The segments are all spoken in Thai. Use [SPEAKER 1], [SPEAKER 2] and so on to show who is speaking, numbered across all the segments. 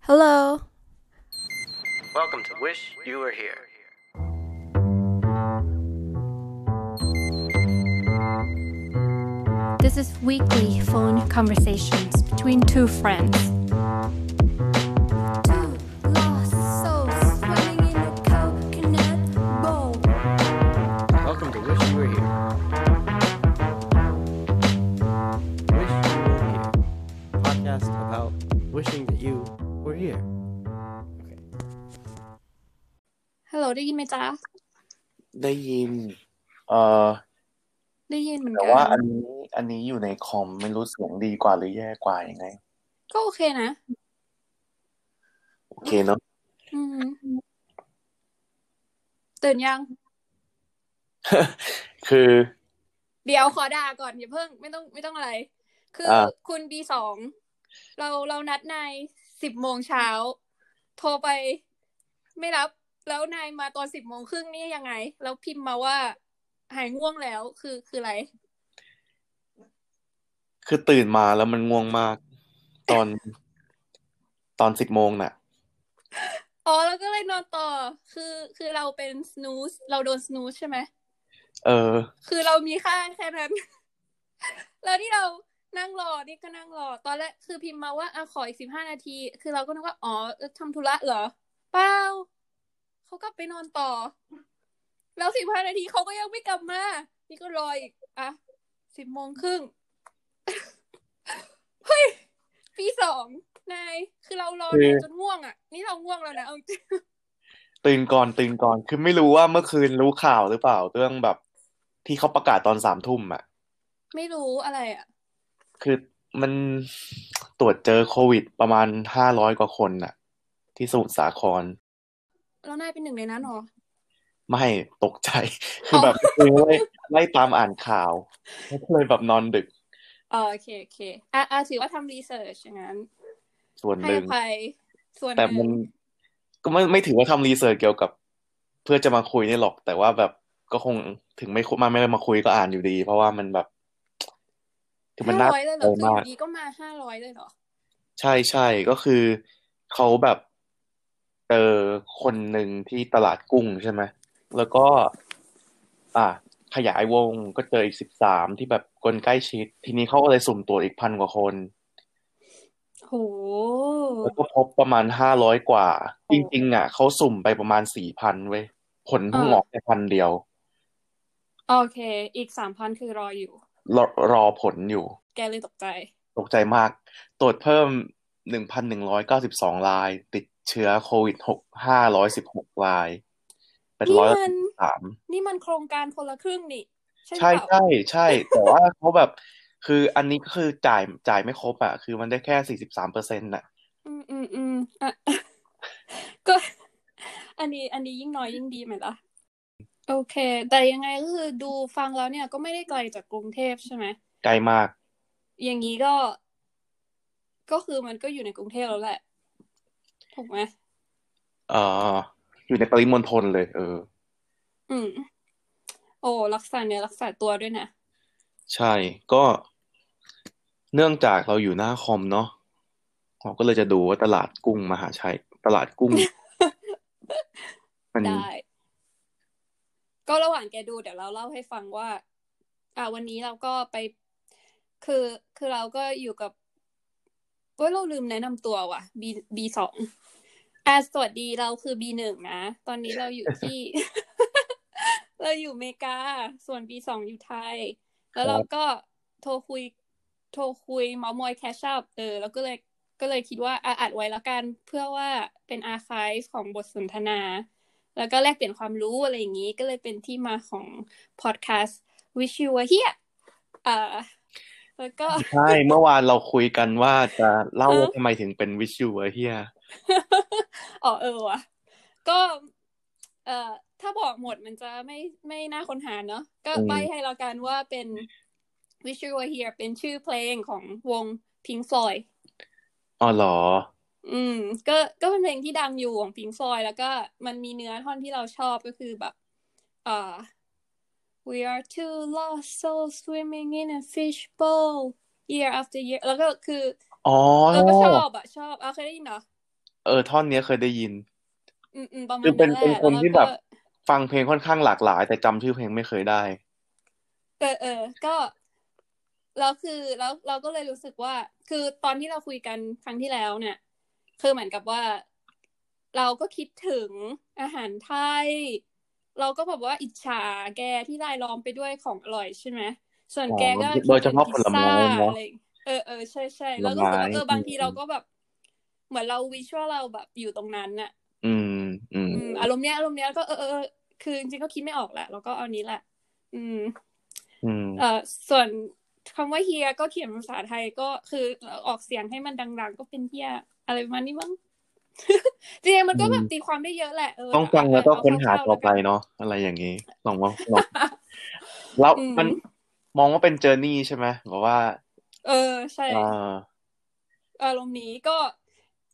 [SPEAKER 1] Hello.
[SPEAKER 2] Welcome to Wish You Were Here.
[SPEAKER 1] This is weekly phone conversations between two friends. Two lost souls swimming in a coconut bowl.
[SPEAKER 2] Welcome to Wish You Were Here. Wish You Were Here. Podcast about wishing that you were here. Okay.
[SPEAKER 1] Hello ได้ยินไหมจ๊ะ
[SPEAKER 3] ได้ยิน เอ่อ
[SPEAKER 1] ได้ยินเหมือน
[SPEAKER 3] แต่
[SPEAKER 1] กั
[SPEAKER 3] ว่าอันนี้อันนี้อยู่ในคอมไม่รู้เสียงดีกว่าหรือแย่กว่ายังไง
[SPEAKER 1] ก็โอเคนะ
[SPEAKER 3] โอเคเนาะ
[SPEAKER 1] อืมตื่นยัง
[SPEAKER 3] คือ
[SPEAKER 1] เดี๋ยวขอด่าก่อนอย่าเพิ่งไม่ต้องไม่ต้องอะไร คืออา คุณบีสองเราเรานัดนายสิบโมงเช้า โทรไปไม่รับ แล้วนายมาตอนสิบโมงครึ่งนี่ยังไง แล้วพิมพ์มาว่าหายง่วงแล้วคือคืออะไร
[SPEAKER 3] คือตื่นมาแล้วมันง่วงมาก ตอน ตอนสิบโมงน่ะ
[SPEAKER 1] อ๋อแล้วก็เลยนอนต่อ คือคือเราเป็น snooze เราโดน snooze ใช่ไหม
[SPEAKER 3] เออ
[SPEAKER 1] คือเรามีค่าแค่นั้น แล้วที่เรานั่งรอ นี่ก็นั่งรอ ตอนแรกคือพิมพ์มาว่าอ่ะขออีกสิบห้านาที คือเราก็นึกว่า อ๋อทำธุระเหรอ เปล่า เขากลับไปนอนต่อ แล้วสิบห้านาทีเขาก็ยังไม่กลับมา นี่ก็รออีก อ่ะสิบโมงครึ่ง เฮ้ย ปีสองนาย คือเรารอ
[SPEAKER 3] คือ
[SPEAKER 1] นายจนง่วงอ่ะ นี่เราง่วงแล้วนะเอาจริง
[SPEAKER 3] ตื่นก่อนตื่นก่อน คือไม่รู้ว่าเมื่อคืนรู้ข่าวหรือเปล่า เรื่องแบบ ที่เขาประกาศตอนสามทุ่มอ่ะ
[SPEAKER 1] ไม่รู้อะไรอ่ะ
[SPEAKER 3] คือมัน ตรวจเจอโควิดประมาณห้าร้อยกว่าคนน่ะ ที่สมุทรสาคร
[SPEAKER 1] แล้วนายเป็นหนึ่งในนั้นเหรอ
[SPEAKER 3] ไม่ตกใจ คือแบบคือไล่ไล่ตามอ่านข่าวแล้วก็เลยแบบนอนดึก
[SPEAKER 1] อ๋อโอเคโอเคอ่ะอ่ะถือว่าทำรีเสิร์ชอย่างนั้น
[SPEAKER 3] ส่วน
[SPEAKER 1] ให้
[SPEAKER 3] หนึ่
[SPEAKER 1] อง ภัยส่วนห
[SPEAKER 3] แต่มั
[SPEAKER 1] นึ่
[SPEAKER 3] น
[SPEAKER 1] ง
[SPEAKER 3] ก็ไม่ไม่ถือว่าทำรีเสิร์ชเกี่ยวกับ เพื่อจะมาคุยเนี่ยหรอก แต่ว่าแบบก็คงถึงไม่คุมาไม่ได้มาคุยก็อ่านอยู่ดี เพราะว่ามันแบบคือมัน
[SPEAKER 1] ห้า
[SPEAKER 3] น่า
[SPEAKER 1] ร้อยเลยเหรอคืออ
[SPEAKER 3] ตกใจมาก
[SPEAKER 1] ยู่ดีก็มาห้าร้อยเลยเหรอ
[SPEAKER 3] ใช่ใช่ก็คือเขาแบบเจอคนหนึ่งที่ตลาดกุ้งใช่ไหมแล้วก็ อ่ะขยายวงก็เจออีกสิบสามที่แบบคนใกล้ชิด ทีนี้เขาก็เลยสุ่มตรวจอีกพันกว่าคน
[SPEAKER 1] โห
[SPEAKER 3] แล้วก็พบประมาณห้าร้อยกว่า
[SPEAKER 1] โอ้
[SPEAKER 3] จริงๆอ่ะเขาสุ่มไปประมาณสี่พันเว้ยผลเพิ่ง
[SPEAKER 1] อ่า
[SPEAKER 3] ออกแค่พันเดียว
[SPEAKER 1] โอเค อีกสามพันคือรออยู่
[SPEAKER 3] รอรอผลอยู่
[SPEAKER 1] แกเลยตกใจ
[SPEAKER 3] ตกใจมาก ตรวจเพิ่มหนึ่งพันหนึ่งร้อยเก้าสิบสองราย ติดเชื้อโควิดหกห้าร้อยสิบหกรายเป็น
[SPEAKER 1] นี่
[SPEAKER 3] ร้อย
[SPEAKER 1] มัน
[SPEAKER 3] สาม
[SPEAKER 1] นี่มันโครงการคนละครึ่งนี่ ใช่หรือเปล่า
[SPEAKER 3] ใช่ใช่ใช่ แต่ว่าเขาแบบ คืออันนี้ก็คือจ่ายจ่ายไม่ครบอ่ะ คือมันได้แค่สี่สิบสามเปอร์เซ็นต์่ะ
[SPEAKER 1] อืมอืมอืมอ่ะ ก็ อันนี้ อันนี้ยิ่งน้อยยิ่งดีไหมล่ะ โอเค แต่ยังไงก็คือดูฟังแล้วเนี่ยก็ไม่ได้ไกลจากกรุงเทพใช่ไหม
[SPEAKER 3] ใกล้มาก
[SPEAKER 1] อย่างนี้ก็ ก็คือมันก็อยู่ในกรุงเทพแล้วแหละ ถูกไหม
[SPEAKER 3] เอ่อ อยู่ในปริมณฑลเลย เออ
[SPEAKER 1] อืม โอ้รักษาเนื้อรักษาตัวด้วยนะ
[SPEAKER 3] ใช่ ก็เนื่องจากเราอยู่หน้าคอมเนาะเราก็เลยจะดูว่าตลาดกุ้งมหาชัย ตลาด กุ้ง มัน
[SPEAKER 1] ได้ ก็ระหว่างแกดูเดี๋ยวเราเล่าให้ฟังว่า อ่า วันนี้เราก็ไป คือคือเราก็อยู่กับเว้ยเราลืมแนะนำตัวว่ะ B B สองอ่าสวัสดีเราคือ B หนึ่งนะ ตอนนี้เราอยู่ที่ เราอยู่อเมริกา ส่วน B สองอยู่ไทย แล้วเราก็โทรคุย โทรคุยเมามอยแคชชัพเออ แล้วก็เลยก็เลยคิดว่าอ่ะอัดไว้แล้วกัน เพื่อว่าเป็นอาร์คายของบทสนทนา แล้วก็แลกเปลี่ยนความรู้อะไรอย่างนี้ ก็เลยเป็นที่มาของพอดแคสต์ Wish You Were Here อ่าแล้วก็
[SPEAKER 3] ใช่ เมื่อวานเราคุยกันว่าจะเล่า
[SPEAKER 1] เออ
[SPEAKER 3] ว่าทำไมถึงเป็นวิชวเฮีย
[SPEAKER 1] อ๋อเออว่ะก็เอ่อถ้าบอกหมดมันจะไม่ไม่น่าค้นหาเนาะก็ใบให้แล้วกันว่าเป็น Wish You Were Here เป็นชื่อเพลงของวง Pink Floyd
[SPEAKER 3] อ๋อเหรอ
[SPEAKER 1] อืมก็ก็เป็นเพลงที่ดังอยู่ของพิงฟลอยแล้วก็มันมีเนื้อท่อนที่เราชอบก็คือแบบเอ่อ we are two lost souls swimming in a fishbowl year after year แล้วก็คือ
[SPEAKER 3] อ๋อ
[SPEAKER 1] เราก็ชอบอะชอบเอาเคยได้ยินเหรอ
[SPEAKER 3] เออท่อนเนี้ยเคยได้ยิน
[SPEAKER 1] อืมอืมประมา
[SPEAKER 3] คื
[SPEAKER 1] ณ
[SPEAKER 3] อเป็น
[SPEAKER 1] แหละ
[SPEAKER 3] เป็นคน
[SPEAKER 1] ล้ว
[SPEAKER 3] ที่
[SPEAKER 1] ก็
[SPEAKER 3] แบบ ฟังเพลงค่อนข้างหลากหลาย แต่จำชื่อเพลงไม่เคยได้
[SPEAKER 1] เออเออ ก็แล้วคือแล้วเราก็เลยรู้สึกว่า คือตอนที่เราคุยกันครั้งที่แล้วเนี่ย คือเหมือนกับว่า เราก็คิดถึงอาหารไทย เราก็แบบว่าอิจฉาแกที่ได้ลองไปด้วยของอร่อยใช่ไหมส่วน
[SPEAKER 3] อ๋อ
[SPEAKER 1] แกก็
[SPEAKER 3] โดยเฉพาะผลไม้
[SPEAKER 1] คิดถึงพิซซ่า
[SPEAKER 3] เนอะ
[SPEAKER 1] อะไรอย่างเออเออใช่ใช่
[SPEAKER 3] ผล
[SPEAKER 1] แล้
[SPEAKER 3] ไม้
[SPEAKER 1] วก็รู้สึกว่าเออ
[SPEAKER 3] ม
[SPEAKER 1] บางทีเราก็แบบ เหมือนเราวิชวลเราแบบอยู่ตรงนั้นน่ะ
[SPEAKER 3] อืม อืม
[SPEAKER 1] อืมอารมณ์เนี้ยอารมณ์เนี้ยก็เออเออเออคือจริงๆก็คิดไม่ออกแหละแล้วก็เอานี้แหละ อืม
[SPEAKER 3] อืม
[SPEAKER 1] เอ่อส่วนคำว่าเฮียก็เขียนเป็นภาษาไทยก็คือออกเสียงให้มันดังๆ ก็เป็นเฮียอะไรประมาณนี้มั้ง จริงๆมันก็แบบตีความได้เยอะแหละเออ
[SPEAKER 3] ต้องฟังแล้วก็
[SPEAKER 1] เอ
[SPEAKER 3] ค้นหา
[SPEAKER 1] เๆ
[SPEAKER 3] ต่อ
[SPEAKER 1] แล้ว
[SPEAKER 3] ไป
[SPEAKER 1] กัน
[SPEAKER 3] เนาะอะไรอย่างนี้ลองว่าลองแล้ว
[SPEAKER 1] อืม
[SPEAKER 3] มันมองว่าเป็นเจอร์นี่ใช่ไหมแบบว่า
[SPEAKER 1] เออใช่
[SPEAKER 3] เอ่อ
[SPEAKER 1] อารมณ์นี้ก็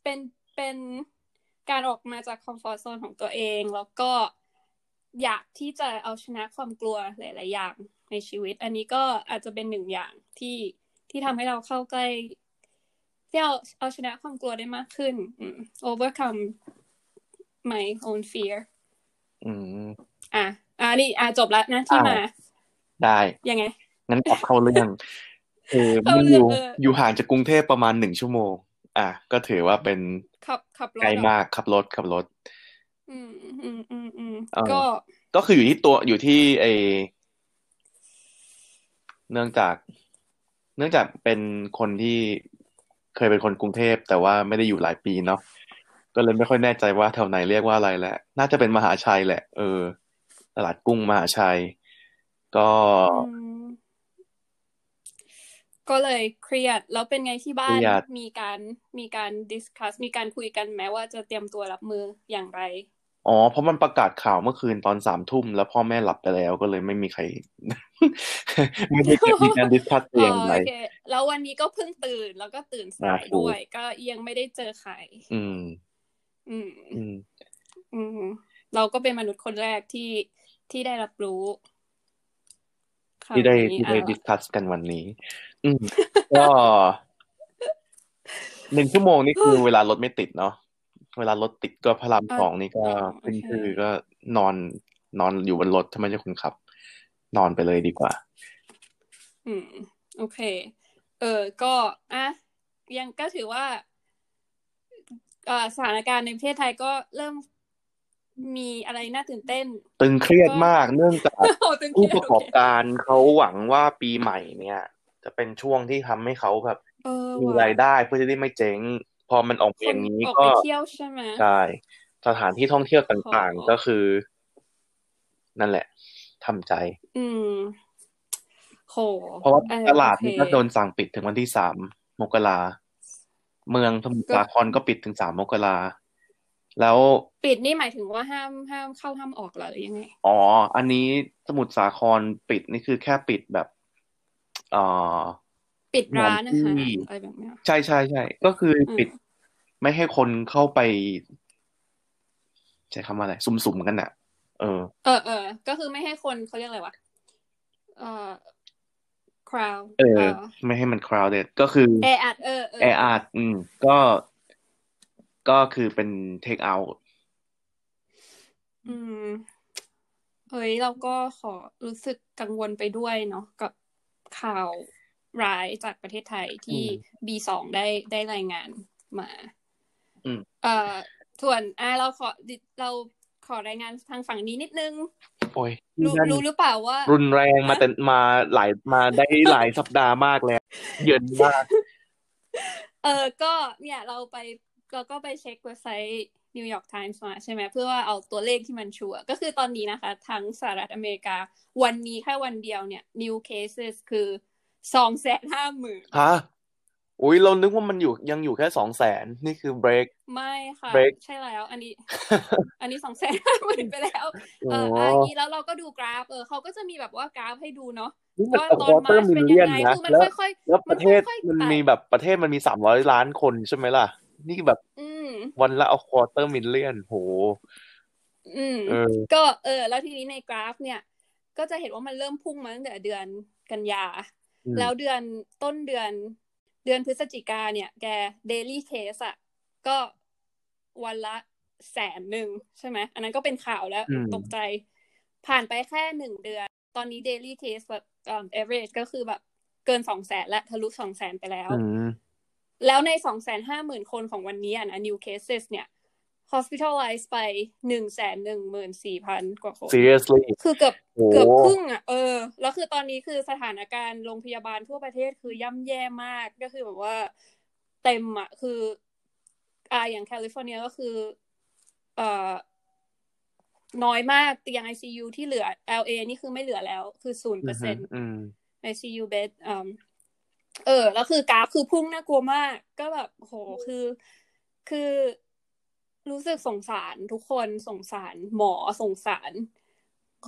[SPEAKER 1] เป็นเป็นการออกมาจากคอมฟอร์ z โซนของตัวเอง แล้วก็อยากที่จะเอาชนะความกลัวหลาย ๆ อย่างในชีวิต อันนี้ก็อาจจะเป็นหนึ่งอย่างที่ที่ทำให้เราเข้าใกล้ที่เอาเอาชนะความกลัวได้มากขึ้นอืม overcome my own fear
[SPEAKER 3] อืม
[SPEAKER 1] อ่ะอ่ะนี่อ่ะจบแล้วนะที่
[SPEAKER 3] อ่ะ
[SPEAKER 1] มา
[SPEAKER 3] ได้
[SPEAKER 1] ยังไง
[SPEAKER 3] งั้นกลับเข้าเรื่องคือ
[SPEAKER 1] เข้า
[SPEAKER 3] มัน
[SPEAKER 1] เรื่
[SPEAKER 3] อ
[SPEAKER 1] อง
[SPEAKER 3] ยู่
[SPEAKER 1] เอออ
[SPEAKER 3] อยู่ห่างจากกรุงเทพประมาณหนึ่งชั่วโมง อ่ะก็ถือว่าเป็น
[SPEAKER 1] ขับขับร
[SPEAKER 3] ไกล
[SPEAKER 1] ถเหร
[SPEAKER 3] มา
[SPEAKER 1] อก
[SPEAKER 3] ขับรถขับรถ
[SPEAKER 1] อืมอืมอืมอืม
[SPEAKER 3] เออ
[SPEAKER 1] ก็
[SPEAKER 3] ก็คืออยู่ที่ตัวอยู่ที่ไอเนื่องจาก เนื่องจากเป็นคนที่เคยเป็นคนกรุงเทพแต่ว่าไม่ได้อยู่หลายปีเนาะก็เลยไม่ค่อยแน่ใจว่าแถวไหนเรียกว่าอะไรแหละ น่าจะเป็นมหาชัยแหละ เออ ตลาดกุ้งมหาชัย ก็
[SPEAKER 1] อืม ก็เลยเครียด แล้วเป็นไงที่
[SPEAKER 3] เค
[SPEAKER 1] บ้า
[SPEAKER 3] รี
[SPEAKER 1] น
[SPEAKER 3] ยด
[SPEAKER 1] มีการมีการดิสคัสมีการคุยกันไหมว่าจะเตรียมตัวรับมืออย่างไร
[SPEAKER 3] อ๋อเพราะมันประกาศข่าวเมื่อคืนตอนสามทุ่มแล้วพ่อแม่หลับไปแล้วก็เลยไม่มีใคร ไม่ได้เกิดมีการดิสคัส
[SPEAKER 1] อ๋
[SPEAKER 3] เรียง
[SPEAKER 1] อ
[SPEAKER 3] อะไร
[SPEAKER 1] โอเค แล้ววันนี้ก็เพิ่งตื่น แล้วก็ตื่นสาย
[SPEAKER 3] อ่าถูก
[SPEAKER 1] ด้วย ก็ยังไม่ได้เจอใคร
[SPEAKER 3] อืม
[SPEAKER 1] อืม
[SPEAKER 3] อืม
[SPEAKER 1] อืม เราก็เป็นมนุษย์คนแรกที่ที่ได้รับรู้ข่าว
[SPEAKER 3] ที่ได้
[SPEAKER 1] นี้
[SPEAKER 3] ที่
[SPEAKER 1] อ่ะ
[SPEAKER 3] ได้ดิสคัสกันวันนี้ อืม ก็ หนึ่งชั่วโมงนี่คือเวลารถไม่ติดเนาะเวลารถติดก็พระรามสองนี่ก็
[SPEAKER 1] อ๋อโอ
[SPEAKER 3] ขึ้น
[SPEAKER 1] เค
[SPEAKER 3] ชื่อก็นอนนอนอยู่บนรถถ้าไม่ใช่คนขับ นอนไปเลยดีกว่า
[SPEAKER 1] อืม โอเค เออ ก็อ่ะยังก็ถือว่า เอ่อสถานการณ์ในประเทศไทยก็เริ่มมีอะไรน่าตื่นเต้น
[SPEAKER 3] ตึงเครียดมากเนื่องจาก
[SPEAKER 1] โอ้ตึงเครีย
[SPEAKER 3] ผู้ป
[SPEAKER 1] ด
[SPEAKER 3] ระกอบการเขาหวังว่าปีใหม่เนี่ย จะเป็นช่วงที่ทำให้เขาแบบ
[SPEAKER 1] เออ
[SPEAKER 3] มี
[SPEAKER 1] ว่ะ
[SPEAKER 3] รายได้เพื่อจะได้ไม่เจ๊ง พอมันออก
[SPEAKER 1] ค
[SPEAKER 3] มาอน ย่างนี้
[SPEAKER 1] ออก
[SPEAKER 3] ก็
[SPEAKER 1] ไปเที่ยวใช่ไหม
[SPEAKER 3] ใช่สถานที่ท่องเที่ยวต่างๆ ก็คือ นั่นแหละทำใจ
[SPEAKER 1] อืม โห
[SPEAKER 3] เพราะว่า
[SPEAKER 1] เออ
[SPEAKER 3] ต
[SPEAKER 1] โอ
[SPEAKER 3] ลาด
[SPEAKER 1] เค
[SPEAKER 3] นี่ก็โดนสั่งปิดถึงวันที่สามมกราเมืองสมุทรสาครก็ปิดถึงสามมกราแล้ว
[SPEAKER 1] ปิดนี่หมายถึงว่าห้ามห้ามเข้าห้ามออกเหรอหรือยังไง
[SPEAKER 3] อ๋อ อันนี้สมุทรสาครปิดนี่คือแค่ปิดแบบเอ่อ
[SPEAKER 1] ปิด
[SPEAKER 3] สถา
[SPEAKER 1] ร้าน นอา
[SPEAKER 3] ที่
[SPEAKER 1] หารอะไรแบบเนี้ย
[SPEAKER 3] ใช่ใช่ใช่ก็คือ
[SPEAKER 1] อื
[SPEAKER 3] ปิ
[SPEAKER 1] ม
[SPEAKER 3] ดไม่ให้คนเข้าไป ใช้คำว่าอะไรซุ่มๆกันอ่ะ เออ
[SPEAKER 1] เออเออก็คือไม่ให้คนเขาเรียกอะไรวะเอ่อ crowd
[SPEAKER 3] เออ
[SPEAKER 1] เอ่อ
[SPEAKER 3] ไม่ให้มัน crowded ก็คือ
[SPEAKER 1] แออัดเออเออ
[SPEAKER 3] แออัดอืม ก็ก็คือเป็น take out
[SPEAKER 1] อืม เฮ้ยเราก็ขอรู้สึกกังวลไปด้วยเนาะกับข่าวร้ายจากประเทศไทยที่
[SPEAKER 3] อืม
[SPEAKER 1] บีสองได้ได้รายงานมา
[SPEAKER 3] อืม
[SPEAKER 1] เอ่อส่วนอ่ะเราขอดิเราขอรายงานทางฝั่งนี้นิดนึง
[SPEAKER 3] โอ้ย
[SPEAKER 1] รู้
[SPEAKER 3] นั่น
[SPEAKER 1] รู้หรือเปล่าว่า
[SPEAKER 3] รุนแรงมาแต่มาหลายมาได้หลายสัปดาห์มากแล้ว เยินมาก
[SPEAKER 1] เออก็เนี่ยเราไปเราก็ไปเช็คเว็บไซต์ New York Times มาใช่ไหมเพื่อว่าเอาตัวเลขที่มันชัวร์ก็คือตอนนี้นะคะ ทั้งสหรัฐอเมริกา วันนี้แค่วันเดียวเนี่ย new cases คือสองแสนห้าหมื่น
[SPEAKER 3] ฮะอุ้ยเรานึกว่ามันอยู่ยังอยู่แค่สองแสนนี่คือ break
[SPEAKER 1] ไม่ค่ะ
[SPEAKER 3] break
[SPEAKER 1] ใช่แล้ว อันนี้ อันนี้สองแสนห้าหมื่นไปแล้ว
[SPEAKER 3] อ๋
[SPEAKER 1] เอ
[SPEAKER 3] อ
[SPEAKER 1] ออันนี้แล้วเราก็ดูกราฟเออเขาก็จะมีแบบว่ากราฟให้ดูเนาะ
[SPEAKER 3] นี่มัน
[SPEAKER 1] ว่า
[SPEAKER 3] แต่
[SPEAKER 1] ตอ
[SPEAKER 3] คน อเตอ
[SPEAKER 1] มาร์ช
[SPEAKER 3] ร์มิ
[SPEAKER 1] เป็นยั
[SPEAKER 3] ลเลี
[SPEAKER 1] ง
[SPEAKER 3] ยน
[SPEAKER 1] ไง
[SPEAKER 3] นะ
[SPEAKER 1] คือมัน
[SPEAKER 3] แล้ว
[SPEAKER 1] ค่อย
[SPEAKER 3] แล้ว
[SPEAKER 1] ๆ
[SPEAKER 3] ป
[SPEAKER 1] มัน
[SPEAKER 3] ระเทศ
[SPEAKER 1] ค่อย
[SPEAKER 3] มัน
[SPEAKER 1] ๆไต่
[SPEAKER 3] มีแบบประเทศมันมีสามร้อยล้านคนใช่ไหมล่ะ นี่แบบ
[SPEAKER 1] อืม
[SPEAKER 3] วันละเอาควอเตอร์มิลเลียนโห
[SPEAKER 1] อืม
[SPEAKER 3] เออ
[SPEAKER 1] ก็เออ แล้วทีนี้ในกราฟเนี่ย ก็จะเห็นว่ามันเริ่มพุ่งมาตั้งแต่เดือนกันยา
[SPEAKER 3] อืม
[SPEAKER 1] แล้วเดือนต้นเดือน เดือนพฤศจิกาเนี่ย แก daily case อะก็ วันละแสนหนึ่งใช่ไหมอันนั้นก็เป็นข่าวแล้ว
[SPEAKER 3] อืม
[SPEAKER 1] ตกใจ ผ่านไปแค่หนึ่งเดือน ตอนนี้ daily case แบบเอ่อ average ก็คือแบบเกินสองแสนและทะลุสองแสนไปแล้ว
[SPEAKER 3] อืม
[SPEAKER 1] แล้วใน 250,000 คนของวันนี้อะนะ new cases เนี่ย hospitalized ไป 114,000 กว่าคน
[SPEAKER 3] seriously
[SPEAKER 1] คือเกือบ
[SPEAKER 3] โอ้
[SPEAKER 1] เกือบครึ่งอ่ะ เออ แล้วคือตอนนี้คือสถานการณ์โรงพยาบาลทั่วประเทศคือย่ำแย่มาก ก็คือแบบว่าเต็มอ่ะ คืออ่าอย่างแคลิฟอร์เนียก็คือเอ่อน้อยมากเตียง ICU ที่เหลือ LA นี่คือไม่เหลือแล้ว คือศูนย์เปอร์เซ็นต์
[SPEAKER 3] อืม
[SPEAKER 1] ICU bed อืมเออ แล้วคือกราฟคือพุ่งน่ากลัวมาก ก็แบบโห คือ คือรู้สึกสงสารทุกคน สงสารหมอ สงสาร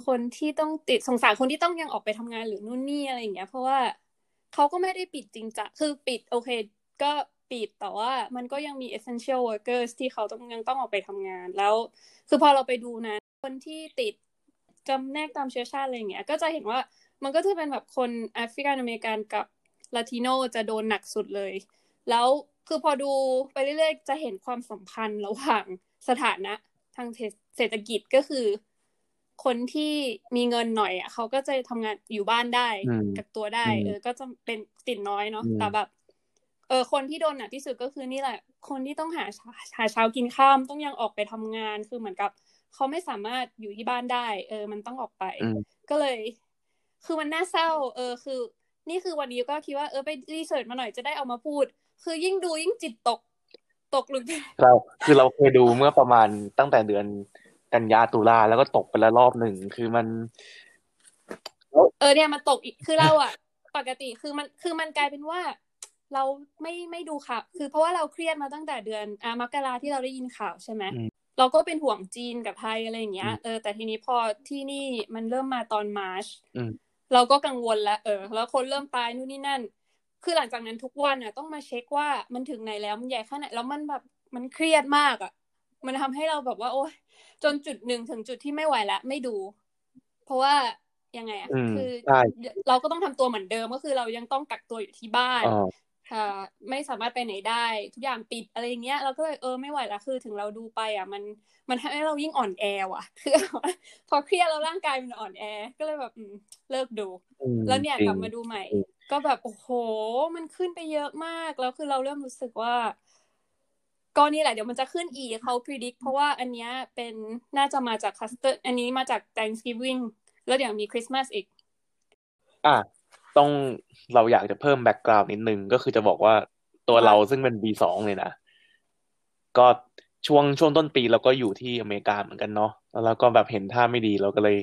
[SPEAKER 1] คนที่ต้องติด สงสารคนที่ต้องยังออกไปทำงานหรือนู่นนี่อะไรอย่างเงี้ย เพราะว่าเขาก็ไม่ได้ปิดจริงจังคือปิดโอเค ก็ปิดแต่ว่ามันก็ยังมี essential workers ที่เขาต้องยังต้องออกไปทำงาน แล้ว คือพอเราไปดูนะ คนที่ติดจำแนกตามเชื้อชาติอะไรอย่างเงี้ย ก็จะเห็นว่า มันก็จะเป็นแบบคนแอฟริกันอเมริกันกับลาติโนจะโดนหนักสุดเลย แล้วคือพอดูไปเรื่อยๆ จะเห็นความสัมพันธ์ระหว่างสถานะทางเศรษฐกิจก็คือ คนที่มีเงินหน่อยอ่ะเขาก็จะทำงานอยู่บ้านได้
[SPEAKER 3] อืม
[SPEAKER 1] กักตัวได้
[SPEAKER 3] อืม
[SPEAKER 1] เออ ก็จะเป็นติดน้อยเนาะ
[SPEAKER 3] อืม
[SPEAKER 1] แต่แบบ เออ คนที่โดนหนักที่สุดก็คือนี่แหละ คนที่ต้องหาหาเช้ากินข้ามต้องยังออกไปทำงานคือเหมือนกับ เขาไม่สามารถอยู่ที่บ้านได้ เออ มันต้องออกไป
[SPEAKER 3] อืม
[SPEAKER 1] ก็เลย คือมันน่าเศร้า เออ คือ นี่คือวันนี้ก็คิดว่า เออ ไปรีเสิร์ชมาหน่อยจะได้เอามาพูด คือยิ่งดูยิ่งจิตตก ตกหลุมไป
[SPEAKER 3] เราคือเราเคยดูเมื่อประมาณตั้งแต่เดือนกันยาตุลาแล้วก็ตกไปละรอบหนึ่งคือมัน
[SPEAKER 1] เออเนี่ยมันตกอีกคือเราอะ ปกติคือมันคือมันกลายเป็นว่า เราไม่ไม่ดูข่าวคือเพราะว่าเราเครียดมาตั้งแต่เดือนอ่ะมกราที่เราได้ยินข่าวใช่ไหม
[SPEAKER 3] อืม
[SPEAKER 1] เราก็เป็นห่วงจีนกับไทยอะไรอย่างเงี้ย
[SPEAKER 3] อืม
[SPEAKER 1] เออแต่ทีนี้พอที่นี่มันเริ่มมาตอนมาร์ช
[SPEAKER 3] อืม
[SPEAKER 1] เราก็กังวลละเออ แล้วคนเริ่มตายนู่นนี่นั่น คือหลังจากนั้นทุกวันอะต้องมาเช็คว่ามันถึงไหนแล้วมันใหญ่แค่ไหนแล้วมันแบบมันเครียดมากอะมันทำให้เราแบบว่า โอ๊ย จนจุดหนึ่งถึงจุดที่ไม่ไหวละไม่ดู เพราะว่ายังไงอะ
[SPEAKER 3] อืม
[SPEAKER 1] คือ
[SPEAKER 3] ใช่
[SPEAKER 1] เราก็ต้องทำตัวเหมือนเดิมก็คือเรายังต้องกักตัวอยู่ที่บ้าน
[SPEAKER 3] อ่า
[SPEAKER 1] ค่ะไม่สามารถไปไหนได้ ทุกอย่างปิดอะไรอย่างเงี้ยเราก็เลยเออไม่ไหวละคือถึงเราดูไปอ่ะ มันมันทำให้เรายิ่งอ่อนแอว่ะ คือ พอเครียดแล้วร่างกายมันอ่อนแอ ก็เลยแบบอืมเลิกดู
[SPEAKER 3] อืม
[SPEAKER 1] แล้วเนี่ย
[SPEAKER 3] จริ
[SPEAKER 1] ก
[SPEAKER 3] ง
[SPEAKER 1] ลับมาดูใหม่
[SPEAKER 3] จริง
[SPEAKER 1] ก็แบบโอ้โห มันขึ้นไปเยอะมาก แล้วคือเราเริ่มรู้สึกว่า ก็นี่แหละเดี๋ยวมันจะขึ้นอีกเขา predict เพราะว่าอันเนี้ยเป็นน่าจะมาจาก cluster อันนี้มาจาก Thanksgiving แล้วเดี๋ยวมีคริสต์มาสอีก
[SPEAKER 3] อ่ะต้องเราอยากจะเพิ่มแบ็กกราวน์นิดนึงก็คือจะบอกว่าตัว
[SPEAKER 1] ว่า
[SPEAKER 3] เราซึ่งเป็น B สองเลยนะ ก็ช่วงช่วงต้นปีเราก็อยู่ที่อเมริกาเหมือนกันเนาะแล้วเราก็แบบเห็นท่าไม่ดีเราก็เลย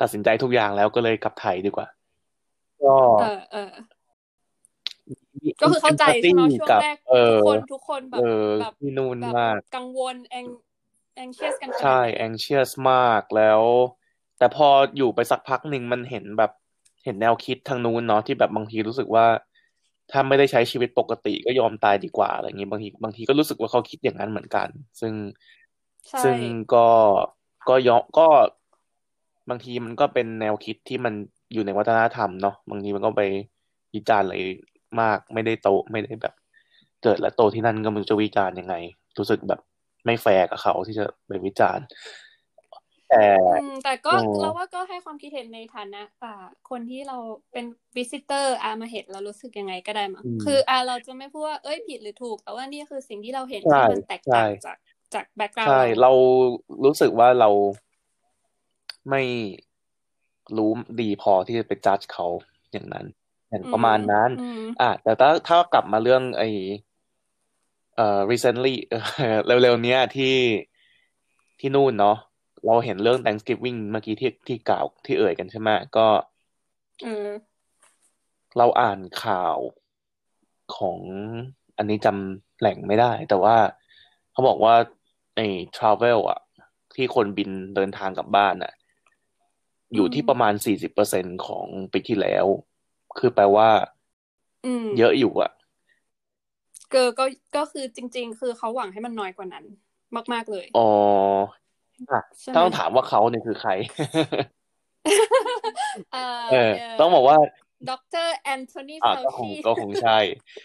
[SPEAKER 3] ตัดสินใจทุกอย่างแล้วก็เลยกลับไทยดีกว่า ก็
[SPEAKER 1] เออเออ ก็คือเข้าใจ
[SPEAKER 3] empathy
[SPEAKER 1] ใช่ไหมช่วง
[SPEAKER 3] กับ
[SPEAKER 1] แรก
[SPEAKER 3] เอ
[SPEAKER 1] ทุก
[SPEAKER 3] อ
[SPEAKER 1] คนทุกคนแบ
[SPEAKER 3] เอบ อ
[SPEAKER 1] แบบ
[SPEAKER 3] ที่นู่น
[SPEAKER 1] แบบ
[SPEAKER 3] มาก
[SPEAKER 1] กังวล ang anxious กันขนาด
[SPEAKER 3] ใช่
[SPEAKER 1] ไหน
[SPEAKER 3] anxious มากแล้ว แต่พออยู่ไปสักพักหนึ่งมันเห็นแบบเห็นแนวคิดทางนู้นเนาะที่แบบบางทีรู้สึกว่า ถ้าไม่ได้ใช้ชีวิตปกติก็ยอมตายดีกว่าอะไรอย่างงี้บางทีบางทีก็รู้สึกว่าเขาคิดอย่างนั้นเหมือนกัน ซึ่ง
[SPEAKER 1] ใช่
[SPEAKER 3] ซึ่งก็ก็ยอมก็บางทีมันก็เป็นแนวคิดที่มันอยู่ในวัฒนธรรมเนาะบางทีมันก็ไปวิจารณ์อะไรมากไม่ได้โตไม่ได้แบบ เกิดและโตที่นั่นก็ไม่รู้จะวิจารณ์ยังไง รู้สึกแบบไม่แฟร์กับเขาที่จะไปวิจารณ์แต่
[SPEAKER 1] อืมแต่ก็
[SPEAKER 3] โอ้
[SPEAKER 1] เราว่าก็ให้ความคิดเห็นในฐานะอ่าคนที่เราเป็นวิสิเตอร์อามาเห็นเรารู้สึกยังไงก็ได้มั้ง
[SPEAKER 3] อืม
[SPEAKER 1] คืออ่าเราจะไม่พูดว่าเอ้ยผิดหรือถูก แต่ว่านี่คือสิ่งที่เราเห็น
[SPEAKER 3] ใช่
[SPEAKER 1] ที่มันแตกต่าง
[SPEAKER 3] ใช่
[SPEAKER 1] จากจากแบ็กกราว
[SPEAKER 3] ใช่
[SPEAKER 1] ด์
[SPEAKER 3] เรารู้สึกว่าเราไม่รู้ดีพอที่จะไปจัดเขาอย่างนั้น อย่างประมาณนั้น
[SPEAKER 1] อืม
[SPEAKER 3] อ่ะแต่ถ้าถ้ากลับมาเรื่องไอเอ่อ recently เอ่อ เร็วๆเนี้ยที่ที่นู่นเนาะเราเห็นเรื่อง Thanksgiving เมื่อกี้ที่ที่กล่าวที่เอ่ยกันใช่ไหมก็
[SPEAKER 1] เออ
[SPEAKER 3] เราอ่านข่าวของอันนี้จำแหล่งไม่ได้ แต่ว่าเขาบอกว่าไอ้ทราเวลอะที่คนบินเดินทางกลับบ้านอะอยู่ที่ประมาณสี่สิบเปอร์เซ็นของปีที่แล้ว คือแปลว่า
[SPEAKER 1] อืม
[SPEAKER 3] เยอะอยู่อะ
[SPEAKER 1] เกอก็ก็คือจริง ๆ คือเขาหวังให้มันน้อยกว่านั้น มากๆเลย
[SPEAKER 3] อ๋อ
[SPEAKER 1] ใช่ไหม
[SPEAKER 3] ต้องถามว่าเขาเนี่ยคือใคร
[SPEAKER 1] เออ
[SPEAKER 3] เออ
[SPEAKER 1] เ
[SPEAKER 3] ต้องบอกว่า
[SPEAKER 1] ดรแอนโทนี
[SPEAKER 3] อ่ะ
[SPEAKER 1] เฟล
[SPEAKER 3] ก็คง
[SPEAKER 1] ชี
[SPEAKER 3] ก็คงใช่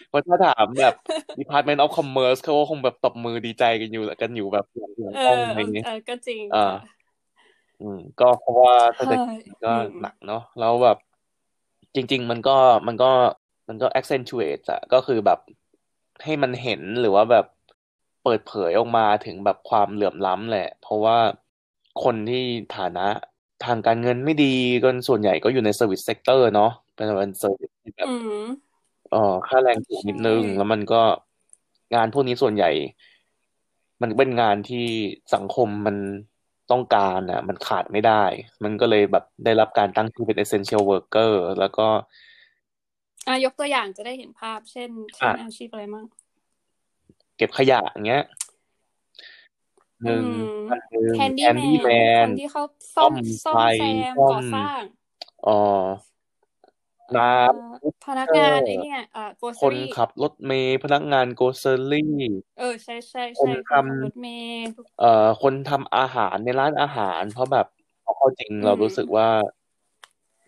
[SPEAKER 3] เพราะถ้าถามแบบ Department of Commerce เขาก็คงแบบตบมือดีใจกันอยู่กันอยู่แบบหลังหลัง
[SPEAKER 1] เอก
[SPEAKER 3] ล้อง
[SPEAKER 1] อ
[SPEAKER 3] อะไรเงี้ย
[SPEAKER 1] เออก็จริง
[SPEAKER 3] อ่า
[SPEAKER 1] ค่ะ
[SPEAKER 3] อืม ก็เพราะว่าเศรษฐ
[SPEAKER 1] ใช่
[SPEAKER 3] กิจก็
[SPEAKER 1] อืม
[SPEAKER 3] หนักเนาะแล้วแบบ จริง ๆ มันก็มันก็มันก็ accentuate อะก็คือแบบให้มันเห็นหรือว่าแบบเปิดเผยออกมาถึงแบบความเหลื่อมล้ำแหละ เพราะว่าคนที่ฐานะทางการเงินไม่ดีกันส่วนใหญ่ก็อยู่ใน service sector เนาะเป็นเป็นเซอร์วิสที่แบบ
[SPEAKER 1] อืม
[SPEAKER 3] เอ่อค่าแรงถูกนิดนึง
[SPEAKER 1] ใช่
[SPEAKER 3] แล้วมันก็งานพวกนี้ส่วนใหญ่ มันเป็นงานที่สังคมมันต้องการอ่ะ มันขาดไม่ได้ มันก็เลยแบบได้รับการตั้งชื่อเป็น essential worker แล้วก็
[SPEAKER 1] อ่ะยกตัวอย่างจะได้เห็นภาพ เช่นเช่น
[SPEAKER 3] อ่ะ
[SPEAKER 1] อาชีพอะไรมั่ง
[SPEAKER 3] เก็บขยะอย่างเงี้ยหนึ่ง
[SPEAKER 1] อืม
[SPEAKER 3] อันหนึ่ง
[SPEAKER 1] แฮน
[SPEAKER 3] แฮ
[SPEAKER 1] ดี้
[SPEAKER 3] น
[SPEAKER 1] แม
[SPEAKER 3] ดี้แม
[SPEAKER 1] น คน
[SPEAKER 3] น
[SPEAKER 1] ที่เขา
[SPEAKER 3] ซ่
[SPEAKER 1] ซ่
[SPEAKER 3] อ
[SPEAKER 1] อ
[SPEAKER 3] ม
[SPEAKER 1] ม
[SPEAKER 3] ไฟ
[SPEAKER 1] ซ่อมแซม
[SPEAKER 3] ซ่อ
[SPEAKER 1] ก่อ
[SPEAKER 3] ม
[SPEAKER 1] สร้าง
[SPEAKER 3] เอ่อ
[SPEAKER 1] เอ่
[SPEAKER 3] น้
[SPEAKER 1] อพนักงานไอ้
[SPEAKER 3] ำ
[SPEAKER 1] เนี่ยอ่าโกส
[SPEAKER 3] คน
[SPEAKER 1] รี่
[SPEAKER 3] ขับรถเมล์พนักงานโกเซอรี่
[SPEAKER 1] เออใช่ใช่
[SPEAKER 3] คน
[SPEAKER 1] ใช่คน
[SPEAKER 3] ทำ
[SPEAKER 1] ขับรถเมล์ทุก
[SPEAKER 3] เอ่อคนทำอาหารในร้านอาหาร เพราะแบบเอาเข้าจริง
[SPEAKER 1] อื
[SPEAKER 3] เรา
[SPEAKER 1] ม
[SPEAKER 3] รู้สึกว่า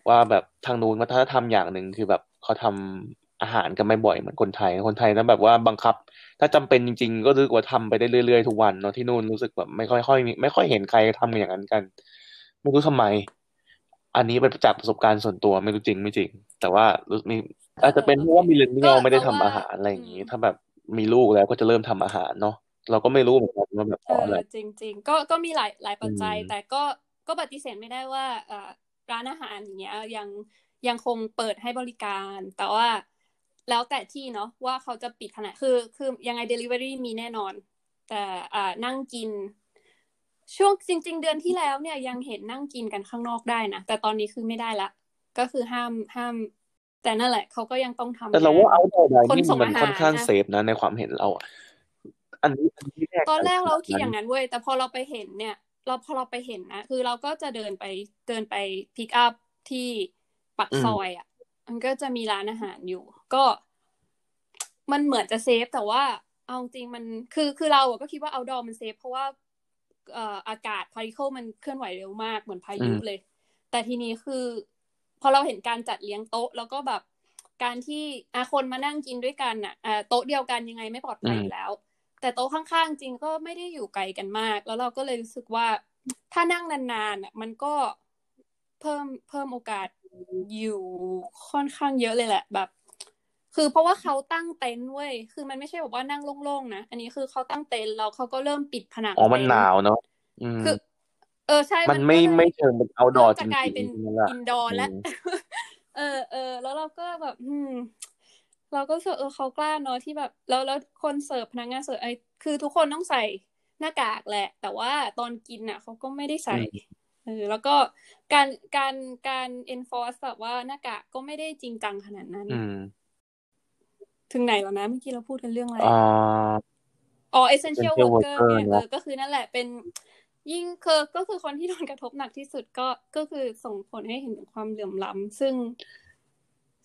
[SPEAKER 3] ว่าแบบทางนู้นวัฒนธรรมอย่างหนึ่งคือแบบเขาทำอาหารกันไม่บ่อยเหมือนคนไทย คนไทยนะแบบว่าบังคับ ถ้าจำเป็นจริง ๆ ก็รู้สึกว่าทำไปได้เรื่อยๆทุกวันเนาะที่นู่นรู้สึกแบบไม่ค่อยค่อยมีไม่ค่อยเห็นใครทำอย่างนั้นกัน ไม่รู้ทำไม อันนี้เป็นจากประสบการณ์ส่วนตัวไม่รู้จริงไม่จริง แต่ว่ารู้มี
[SPEAKER 1] เออ
[SPEAKER 3] อาจจะ
[SPEAKER 1] เออ
[SPEAKER 3] เป็นเพ
[SPEAKER 1] โอ
[SPEAKER 3] ราะ
[SPEAKER 1] เค
[SPEAKER 3] ว่ามิเลเนี
[SPEAKER 1] ก็
[SPEAKER 3] ยลไม่ได้
[SPEAKER 1] เรา
[SPEAKER 3] ทำ
[SPEAKER 1] ว่า
[SPEAKER 3] อาหารอะไรอ
[SPEAKER 1] อื
[SPEAKER 3] ย่า
[SPEAKER 1] ม
[SPEAKER 3] งนี้ ถ้าแบบมีลูกแล้วก็จะเริ่มทำอาหารเนาะเราก็ไม่รู้เหมือนกันว่าแบบเพ
[SPEAKER 1] เออ
[SPEAKER 3] ราะอะไร
[SPEAKER 1] จริง ๆ ก็ก็มีหลายหลาย
[SPEAKER 3] อื
[SPEAKER 1] ปัจ
[SPEAKER 3] ม
[SPEAKER 1] จัย แต่ก็ก็ปฏิเสธไม่ได้ว่าเอ่อร้านอาหารอย่างเงี้ยยังยังคงเปิดให้บริการ แต่ว่าแล้วแต่ที่เนาะว่าเขาจะปิดขนาดคือ คือยังไง Delivery มีแน่นอน แต่อ่านั่งกิน ช่วงจริง ๆ เดือนที่แล้วเนี่ยยังเห็นนั่งกินกันข้างนอกได้นะแต่ตอนนี้คือไม่ได้ละก็คือห้ามห้าม แต่นั่นแหละเขาก็ยังต้อง
[SPEAKER 3] แต่
[SPEAKER 1] ทำ
[SPEAKER 3] เรา
[SPEAKER 1] งาน
[SPEAKER 3] ว่า outdoor
[SPEAKER 1] คน
[SPEAKER 3] dining
[SPEAKER 1] ส่ง
[SPEAKER 3] มัน
[SPEAKER 1] อาหา
[SPEAKER 3] ค่อน
[SPEAKER 1] ร
[SPEAKER 3] ข้าง
[SPEAKER 1] อะ
[SPEAKER 3] เซฟนะในความเห็นเราอะอันนี้อันนี้แน่
[SPEAKER 1] ตอน
[SPEAKER 3] ใจ
[SPEAKER 1] แรก
[SPEAKER 3] ข
[SPEAKER 1] เรา
[SPEAKER 3] นาด
[SPEAKER 1] คิด
[SPEAKER 3] นั้
[SPEAKER 1] อน ย่างนั้นเว้ยแต่พอเราไปเห็นเนี่ย เราพอเราไปเห็นนะ คือเราก็จะเดินไปเดินไปพิกอัพที่ปาก
[SPEAKER 3] อื
[SPEAKER 1] ซ
[SPEAKER 3] ม
[SPEAKER 1] อยอ่ะ มันก็จะมีร้านอาหารอยู่ ก็ มันเหมือนจะเซฟแต่ว่าเอาจริงมันคือคือเราอะก็คิดว่า outdoor มันเซฟ เพราะว่าเอ่ออากาศพาริเคิลมันเคลื่อนไหวเร็วมากเหมือนพา
[SPEAKER 3] อื
[SPEAKER 1] ยุ
[SPEAKER 3] ม
[SPEAKER 1] เลย แต่ทีนี้คือ พอเราเห็นการจัดเลี้ยงโต๊ะ แล้วก็แบบการที่อาคนมานั่งกินด้วยกันอ่ะอ่าโต๊ะเดียวกันยังไงไม่ปลอด
[SPEAKER 3] อื
[SPEAKER 1] ภัย
[SPEAKER 3] ม
[SPEAKER 1] อยู่แล้ว แต่โต๊ะข้างๆ จริงก็ไม่ได้อยู่ไกลกันมาก แล้วเราก็เลยรู้สึกว่า ถ้านั่งนานๆอ่ะมันก็เพิ่มเพิ่มโอกาสอยู่ค่อนข้างเยอะเลยแหละแบบ คือเพราะว่าเขาตั้งเต็นท์เว้ยคือมันไม่ใช่แบบว่านั่งโล่งๆนะอันนี้คือเขาตั้งเต็นท์แล้วเขาก็เริ่มปิดผนัง
[SPEAKER 3] อ๋อมั
[SPEAKER 1] เต็
[SPEAKER 3] นห
[SPEAKER 1] น
[SPEAKER 3] นา
[SPEAKER 1] ท์
[SPEAKER 3] วเนาะอืม
[SPEAKER 1] คือ เออใช่
[SPEAKER 3] มั
[SPEAKER 1] มั
[SPEAKER 3] น
[SPEAKER 1] น
[SPEAKER 3] ไม่
[SPEAKER 1] ก็เลย
[SPEAKER 3] ไม่เชิงเป็น
[SPEAKER 1] เริ่
[SPEAKER 3] outdoor
[SPEAKER 1] ม
[SPEAKER 3] จ
[SPEAKER 1] จะกลาย
[SPEAKER 3] ริง
[SPEAKER 1] เป็น
[SPEAKER 3] ๆนั่นแหละ
[SPEAKER 1] อินดอร์
[SPEAKER 3] อื
[SPEAKER 1] แล้ว
[SPEAKER 3] ม
[SPEAKER 1] เออเออแล้วเราก็แบบ อืม เราก็รู้สึกเออเขากล้าเนาะที่แบบ แล้วแล้วคนเสิร์ฟพนักงานเสิร์ฟไอ้คือทุกคนต้องใส่หน้ากากแหละ แต่ว่าตอนกินอ่ะเขาก็ไม่ได้
[SPEAKER 3] อื
[SPEAKER 1] ใส่
[SPEAKER 3] ม
[SPEAKER 1] เออแล้วก็การการการ enforce แบบว่าหน้ากากก็ไม่ได้จริงจังขนาดนั้น
[SPEAKER 3] อืม
[SPEAKER 1] ถึงไหนแล้วนะเมื่อกี้เราพูดกันเรื่องอะไรอ
[SPEAKER 3] อ่า
[SPEAKER 1] ะ อ๋อ essential
[SPEAKER 3] essential
[SPEAKER 1] worker
[SPEAKER 3] worker
[SPEAKER 1] ไงเออ
[SPEAKER 3] เนาะ
[SPEAKER 1] ก็คือนั่นแหละเป็นยิ่งคือก็คือคนที่โดนกระทบหนักที่สุดก็ก็คือส่งผลให้เห็นถึงความเหลื่อมล้ำซึ่ง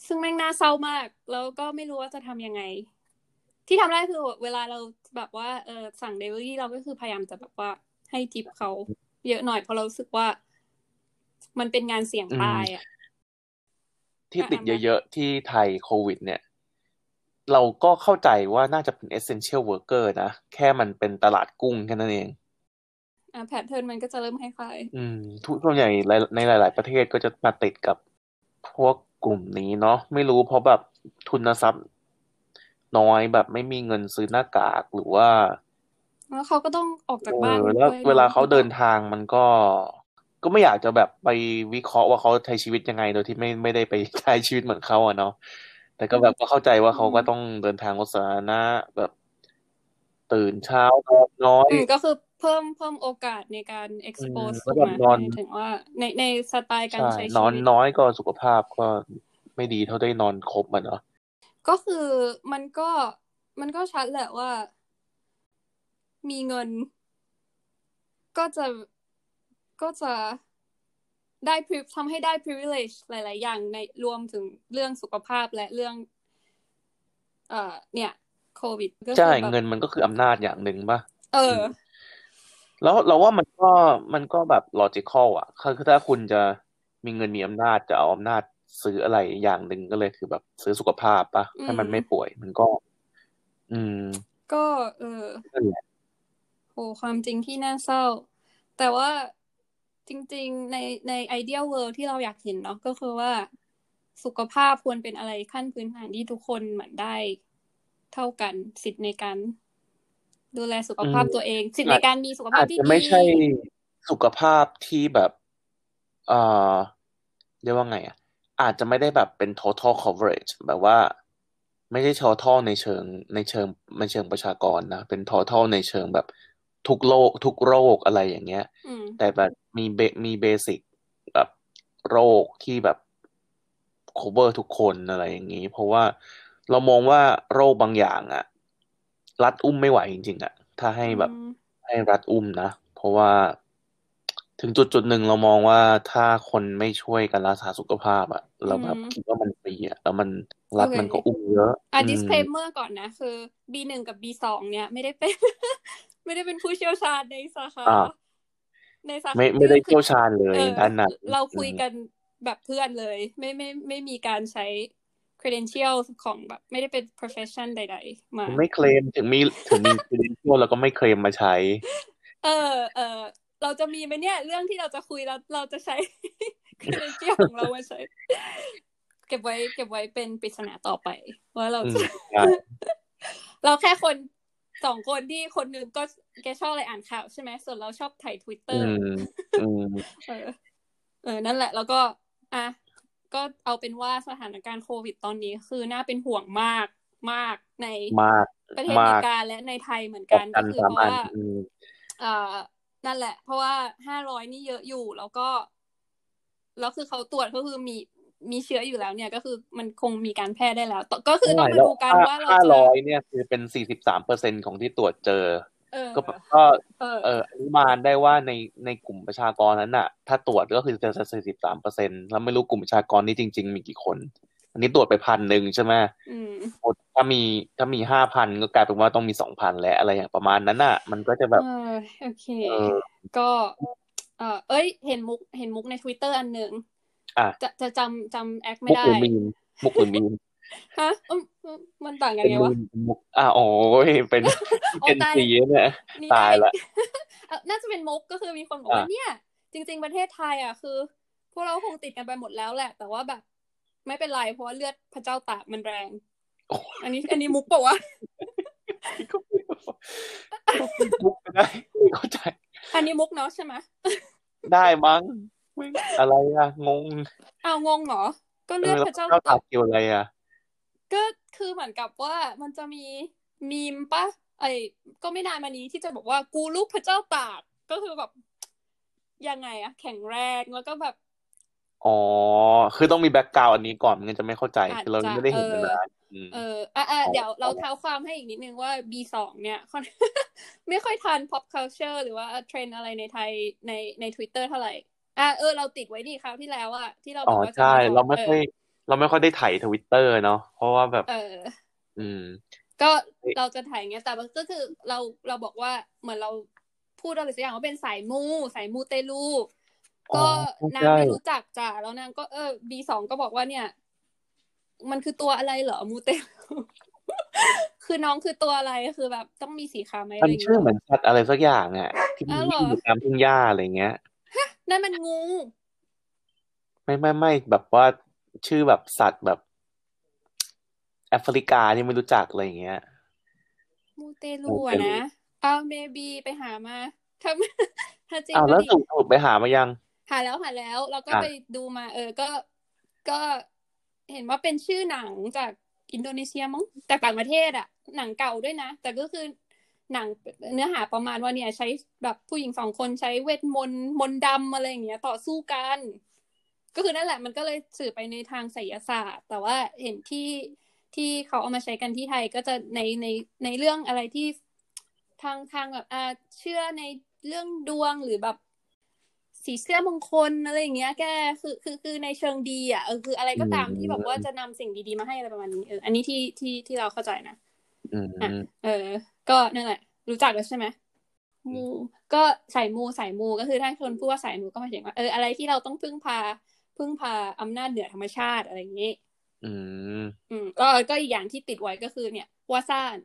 [SPEAKER 1] ซึ่งแม่งน่าเศร้ามาก แล้วก็ไม่รู้ว่าจะทำยังไง ที่ทำได้คือเวลาเราแบบว่าเออสั่งเดลิเวอรี่เราก็คือพยายามจะแบบว่าให้ทิปเขาเยอะหน่อยเพราะเรารู้สึกว่า มันเป็นงานเสี่ยง
[SPEAKER 3] อื
[SPEAKER 1] ตาม ยอ่ะ
[SPEAKER 3] ที่
[SPEAKER 1] อ่ะ
[SPEAKER 3] ติด
[SPEAKER 1] อ่ะ
[SPEAKER 3] เย
[SPEAKER 1] มา
[SPEAKER 3] อะๆ ที่ไทยโควิด เนี่ย เราก็เข้าใจว่าน่าจะเป็น essential worker นะ แค่มันเป็นตลาดกุ้งแค่นั้นเอง
[SPEAKER 1] อ่ะแพทเทิร์นมันก็จะเริ่มคล้าย
[SPEAKER 3] อืมทุกส่วนใหญ่หลายในหลาย ๆ ประเทศก็จะมาติดกับพวกกลุ่มนี้เนาะไม่รู้เพราะแบบทุนทรัพย์น้อยแบบไม่มีเงินซื้อหน้ากากหรือว่า
[SPEAKER 1] ๆแล้วเขาก็ต้องออก
[SPEAKER 3] เอ
[SPEAKER 1] จาก
[SPEAKER 3] อ
[SPEAKER 1] บ้าน
[SPEAKER 3] แล้ว
[SPEAKER 1] ด้วย
[SPEAKER 3] เว
[SPEAKER 1] เนาะ
[SPEAKER 3] ลา
[SPEAKER 1] ห
[SPEAKER 3] เขา
[SPEAKER 1] รือเป
[SPEAKER 3] เดิ
[SPEAKER 1] ล่า
[SPEAKER 3] นทางมันก็ ก็ไม่อยากจะแบบไปวิเคราะห์ว่าเขาใช้ชีวิตยังไงโดยที่ไม่ไม่ได้ไป ใช้ชีวิตเหมือนเขาอะเนาะแต่ก็แบบก็เข้าใจว่า
[SPEAKER 1] อื
[SPEAKER 3] เขา
[SPEAKER 1] ม
[SPEAKER 3] ก็ต้องเดินทางรถสาธารณะแบบตื่นเช้านอนน้อย
[SPEAKER 1] อืมก็คือเพิ่มเพิ่มโอกาสในการ
[SPEAKER 3] อืม
[SPEAKER 1] expose
[SPEAKER 3] แล้ว
[SPEAKER 1] ถูก
[SPEAKER 3] แบ
[SPEAKER 1] ไห
[SPEAKER 3] บ
[SPEAKER 1] ม
[SPEAKER 3] นอ
[SPEAKER 1] ห
[SPEAKER 3] น
[SPEAKER 1] มายถึงว่าในในสไตล์การ
[SPEAKER 3] ใช่
[SPEAKER 1] ใช้
[SPEAKER 3] นอ
[SPEAKER 1] ชี
[SPEAKER 3] น
[SPEAKER 1] วิต
[SPEAKER 3] น้อยก็สุขภาพก็ไม่ดีเท่าได้นอนครบอ่ะเนาะ
[SPEAKER 1] ก็คือมันก็มันก็ชัดแหละว่ามีเงินก็จะก็จะได้ pri- ทำให้ได้ privilege หลาย ๆ อย่างในรวมถึงเรื่องสุขภาพและเรื่อง เอ่อเนี่ยโควิดก็
[SPEAKER 3] ใช่
[SPEAKER 1] คือแบบ
[SPEAKER 3] เงินมันก็คืออำนาจอย่างหนึ่งป่ะ
[SPEAKER 1] เออ
[SPEAKER 3] อืม แล้วเราว่ามันก็มันก็แบบ logical อ่ะคือคือถ้าคุณจะมีเงินมีอำนาจจะเอาอำนาจ ซื้ออะไรอย่างหนึ่งก็เลยคือแบบซื้อสุขภาพปะ
[SPEAKER 1] อืม
[SPEAKER 3] ให้มันไม่ป่วยมันก็ อืม
[SPEAKER 1] ก็เออ
[SPEAKER 3] นั่นแหละ
[SPEAKER 1] โหความจริงที่น่าเศร้า แต่ว่าจริงๆในในไอเดียเวิลที่เราอยากเห็นเนาะก็คือว่าสุขภาพควรเป็นอะไรขั้นพื้นฐานที่ทุกคนเหมือนได้เท่ากันสิทธิ์ในการดูแลสุขภาพ
[SPEAKER 3] อืม
[SPEAKER 1] ตัวเอง สิทธิ์ในการมีสุขภา
[SPEAKER 3] อา
[SPEAKER 1] พ
[SPEAKER 3] จ
[SPEAKER 1] ที่
[SPEAKER 3] จะ
[SPEAKER 1] ดี
[SPEAKER 3] ไม่ใช่สุขภาพที่แบบเอ่อเรียกว่าไงอ่ะ อาจจะไม่ได้แบบเป็น total coverage แบบว่า ไม่ใช่ total ในเชิง ในเชิงในเชิงประชากรนะ เป็น total ในเชิงแบบทุกโรคทุกโรคอะไรอย่างเงี้ย
[SPEAKER 1] อืม
[SPEAKER 3] แต่แบบมีเบมีเบสิกแบบโรคที่แบบ cover ทุกคนอะไรอย่างนี้ เพราะว่าเรามองว่าโรคบางอย่างอะรัฐอุ้มไม่ไหวจริงๆอะถ้าให้แบบ
[SPEAKER 1] อืม
[SPEAKER 3] ให้รัฐอุ้มนะ เพราะว่าถึงจุดจุดหนึ่งเรามองว่าถ้าคนไม่ช่วยกันรักษาสุขภาพอะเราแบบ
[SPEAKER 1] อืม
[SPEAKER 3] คิดว่ามันฟรีอะแล้วมันรัฐมันก็อุ้มเยอะ
[SPEAKER 1] อ่ะ
[SPEAKER 3] อืม
[SPEAKER 1] disclaimer ก่อนนะ คือ B หนึ่งกับ B สองเนี่ย ไม่ได้เป็น ไม่ได้เป็นผู้เชี่ยวชาญในสาขา
[SPEAKER 3] อ่า
[SPEAKER 1] ในสาขา
[SPEAKER 3] ไม่ไม่ได้
[SPEAKER 1] คือ
[SPEAKER 3] เชี่ยวชาญเลย
[SPEAKER 1] เออ
[SPEAKER 3] ด้านนั้น
[SPEAKER 1] เราคุยกันแบบเพื่อนเลย ไม่ไม่ไม่มีการใช้ credentials ของแบบ ไม่ได้เป็น profession ใด ๆ มา
[SPEAKER 3] ไม่เคลมถึงมีถึงมี credential แล้วก็ไม่เคลมมาใช้
[SPEAKER 1] เออเออเราจะมีไหมเนี่ย เรื่องที่เราจะคุยเราเราจะใช้ credential ของเรามาใช้ เก็บไว้ เก็บไว้เป็นปริศนาต่อไปว่าเรา
[SPEAKER 3] อื
[SPEAKER 1] จะ
[SPEAKER 3] มใช่
[SPEAKER 1] เราแค่คนสองคนที่คนหนึ่งก็แกชอบอะไรอ่านข่าวใช่ไหมส่วนเราชอบถ่ายทวิตเตอ
[SPEAKER 3] อื
[SPEAKER 1] ร์
[SPEAKER 3] มอืม
[SPEAKER 1] เออ เออ นั่นแหละ แล้วก็ อ่ะก็เอาเป็นว่าสถานการณ์โควิดตอนนี้คือน่าเป็นห่วงมากมากใน
[SPEAKER 3] มาก
[SPEAKER 1] ประเทศอ
[SPEAKER 3] มา
[SPEAKER 1] เม
[SPEAKER 3] ก
[SPEAKER 1] ริกาและในไทยเหมือนกันก็คือ
[SPEAKER 3] สา
[SPEAKER 1] เพราะ
[SPEAKER 3] มัญ
[SPEAKER 1] ว่า
[SPEAKER 3] อืม
[SPEAKER 1] เอ่อนั่นแหละ เพราะว่าห้าร้อยนี่เยอะอยู่แล้วก็ แล้วคือเขาตรวจก็คือมีมีเชื้ออยู่แล้วเนี่ย ก็คือมันคงมีการแพร่ได้แล้วต่อก็คือ
[SPEAKER 3] เท่าไห
[SPEAKER 1] ต้อ
[SPEAKER 3] ร่
[SPEAKER 1] งมาดู
[SPEAKER 3] แล้ว
[SPEAKER 1] กันว่าเรา
[SPEAKER 3] ห้า
[SPEAKER 1] จะ
[SPEAKER 3] ร้อยเนี่ยคือเป็นสี่สิบสามเปอร์เซ็นของที่ตรวจเจอ
[SPEAKER 1] เออ
[SPEAKER 3] ก็แบบก็
[SPEAKER 1] เออ
[SPEAKER 3] เอออนุมานได้ว่าในในกลุ่มประชากรนั้นน่ะ ถ้าตรวจก็คือจะสี่สิบสามเปอร์เซ็นแล้วไม่รู้กลุ่มประชากรนี้จริง ๆ มีกี่คน อันนี้ตรวจไปพันหนึ่งใช่ไหม
[SPEAKER 1] อืม
[SPEAKER 3] ถ้ามีถ้ามีห้าพันก็กลายเป็นว่าต้องมีสองพันและอะไรอย่างประมาณนั้นน่ะ มันก็จะแบบ
[SPEAKER 1] เออโอเค
[SPEAKER 3] เออ
[SPEAKER 1] ก็ เออเอ้ย เห็นมุก เห็นมุกในทวิตเตอร์อันหนึ่ง
[SPEAKER 3] อ่ะ
[SPEAKER 1] จะจะจำจำแอคไม่
[SPEAKER 3] มุก
[SPEAKER 1] ได้
[SPEAKER 3] หรือมีมมุกหรือ มีม
[SPEAKER 1] ฮะอืมอืมมันต่างกัน
[SPEAKER 3] เป็น
[SPEAKER 1] ไง
[SPEAKER 3] มุ
[SPEAKER 1] วะ
[SPEAKER 3] มมุกอ่ะโอ้ยเป็น
[SPEAKER 1] โอ้
[SPEAKER 3] เป็น
[SPEAKER 1] ตาย
[SPEAKER 3] สีเนี่ย
[SPEAKER 1] นี่
[SPEAKER 3] ตายละ
[SPEAKER 1] เอ่อน่าจะเป็นมุกก็คือมีคนบอกว่า
[SPEAKER 3] อ่ะ
[SPEAKER 1] เนี่ย จริง ๆ ประเทศไทยอ่ะคือ พวกเราคงติดกันไปหมดแล้วแหละ แต่ว่าแบบ ไม่เป็นไร เพราะว่าเลือดพระเจ้าตากมันแรง อันนี้ อันนี้มุกเปล่าวะ
[SPEAKER 3] ก็ไม่รู้ก็เป็นมุกไปได้ไม่เข้าใจ
[SPEAKER 1] อันนี้มุกเนาะใช่ไหม
[SPEAKER 3] ได้มั้งไม่อะไรอ่ะ งง
[SPEAKER 1] อ้าวงงเหรอ ก็
[SPEAKER 3] เอ
[SPEAKER 1] เลือ
[SPEAKER 3] อ
[SPEAKER 1] ด
[SPEAKER 3] แล้ว
[SPEAKER 1] พระเจ้า
[SPEAKER 3] เจ้า
[SPEAKER 1] ตา
[SPEAKER 3] ตาก เกี่ยวอะไรอ่ะ
[SPEAKER 1] ก็คือเหมือนกับว่ามันจะมีมีมปะไอ้ก็ไม่นานมานี้ที่จะบอกว่ากูลูกพระเจ้าตากก็คือแบบยังไงอะแข็งแรงแล้วก็แบบ
[SPEAKER 3] อ๋อ คือต้องมีแบ็กกราวอันนี้ก่อนมันจะไม่เข้าใจ
[SPEAKER 1] อาจ
[SPEAKER 3] คือเรา
[SPEAKER 1] จะ
[SPEAKER 3] ไม่ได้
[SPEAKER 1] เอ
[SPEAKER 3] เห็นมา
[SPEAKER 1] อ
[SPEAKER 3] นานอืม
[SPEAKER 1] เอออ่ะอ่ะ
[SPEAKER 3] เอา
[SPEAKER 1] เดี๋ยวเราเท้าความให้อีกนิดนึงว่า B2 เนี่ยค่อน ไม่ค่อยทัน pop culture หรือว่าเทรนด์อะไรในไทยในใน Twitter เท่าไหร่อ่ะเออเราติดไว้นี่คราวที่แล้วอะที่เราบ
[SPEAKER 3] อ๋
[SPEAKER 1] อ
[SPEAKER 3] อก
[SPEAKER 1] ว่าจะ
[SPEAKER 3] ใช่
[SPEAKER 1] ไม่ออก
[SPEAKER 3] เราไม่ค่อย
[SPEAKER 1] เออ
[SPEAKER 3] เราไม่ค่อยได้ไถ่ายทวิตเตอร์เนาะเพราะว่าแบบ
[SPEAKER 1] เออ
[SPEAKER 3] อืม
[SPEAKER 1] ก็เราจะถ่ายอย่างเงี้ยแต่มันก็คือเราเราบอกว่าเหมือนเราพูดอะไรสักอย่างว่าเป็นสายมู สายมูเตลู
[SPEAKER 3] อ๋
[SPEAKER 1] ก็
[SPEAKER 3] อน
[SPEAKER 1] าง
[SPEAKER 3] ใช่
[SPEAKER 1] ไม่รู้จักจ้ะแล้วนางก็เออบีสองก็บอกว่าเนี่ย มันคือตัวอะไรเหรอมูเตลู คือน้องคือตัวอะไรคือแบบต้องมีสีขาวไหมอะ
[SPEAKER 3] มัน
[SPEAKER 1] ไรอย่าง
[SPEAKER 3] ชื่อ
[SPEAKER 1] เงี้ย
[SPEAKER 3] เหมือนสัตว์อะไรสักอย่างอ่ะที่มั
[SPEAKER 1] อ้าน วเหรอ
[SPEAKER 3] อยู่ตามทุ่งหญ้าอะไรเงี้ย
[SPEAKER 1] นั่นมันงู
[SPEAKER 3] ไม่ไม่ไม่แบบว่าชื่อแบบสัตว์แบบแอฟริกาที่ไม่รู้จักอะไรอย่างเงี้ย
[SPEAKER 1] มูเตลูอะนะเอาเมบีไปหามาถ้า ถ้าจริง
[SPEAKER 3] อ้าว
[SPEAKER 1] ก็
[SPEAKER 3] แล้ว
[SPEAKER 1] ดี
[SPEAKER 3] สรุปสรุปไปหามายัง
[SPEAKER 1] หาแล้วหาแล้วเราก็
[SPEAKER 3] อ่ะ
[SPEAKER 1] ไปดูมา เออ ก็ก็เห็นว่าเป็นชื่อหนังจากอินโดนีเซียมั้งแต่ต่างประเทศอะหนังเก่าด้วยนะ แต่ก็คือหนังเนื้อหาประมาณว่าเนี่ย ใช้แบบผู้หญิงสองคนใช้เวทมนต์มนต์ดำอะไรอย่างเงี้ย ต่อสู้กัน ก็คือนั่นแหละมันก็เลยสื่อไปในทางไสยศาสตร์ แต่ว่าเห็นที่ที่เขาเอามาใช้กันที่ไทยก็จะในในในเรื่องอะไรที่ทางทางแบบอ่าเชื่อในเรื่องดวงหรือแบบ สีเสื้อมงคลอะไรอย่างเงี้ยแกคือคือคือในเชิงดีอ่ะเออคืออะไรก็ตาม
[SPEAKER 3] อืม
[SPEAKER 1] ที่แบบว่าจะนำสิ่งดีๆมาให้อะไรประมาณนี้เอออันนี้ที่ที่ที่เราเข้าใจนะ
[SPEAKER 3] อืม
[SPEAKER 1] อ่ะ เออ ก็นั่นแหละ รู้จักแล้วใช่ไหมมู ก็สายมูสายมูก็คือถ้าคนพูดว่าสายมูก็หมายถึงว่าเอออะไรที่เราต้องพึ่งพา พึ่งพาอำนาจเหนือธรรมชาติอะไรอย่างนี้
[SPEAKER 3] อืม
[SPEAKER 1] อืมก็ก็อีกอย่างที่ติดไว้ก็คือเนี่ย ว่าซ่าน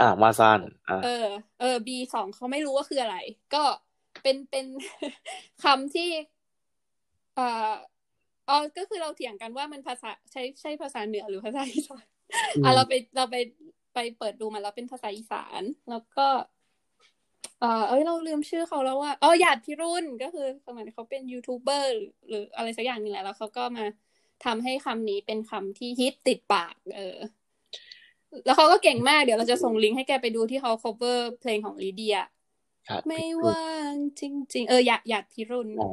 [SPEAKER 3] อ่ะมาซานอ่ะ
[SPEAKER 1] เออ เออ B สองเขาไม่รู้ว่าคืออะไร ก็เป็นเป็น คำที่ เอ่ออ๋อก็คือเราเถียงกันว่ามันภาษาใช้ใช้ภาษาเหนือหรือภาษาอีสานอ่ะเราไปเราไปไปเปิดดูมาแล้วเป็นภาษาอีสาน แล้วก็ เออเอ้ยเราลืมชื่อเขาแล้วว่าอ๋อหยาดพิรุณก็คือสมัยเขาเป็นยูทูบเบอร์หรือหรืออะไรสักอย่างนี่แหละแล้วเขาก็มาทำให้คำนี้เป็นคำที่ฮิตติดปาก เออ แล้วเขาก็เก่งมากเดี๋ยวเราจะส่งลิงก์ให้แกไปดูที่เขา cover เพลงของลีเดีย
[SPEAKER 3] ขาด
[SPEAKER 1] ไม่
[SPEAKER 3] พิรุณ
[SPEAKER 1] ว่างจริง ๆ เออหยาดหยาดพิรุณ
[SPEAKER 3] อ๋อ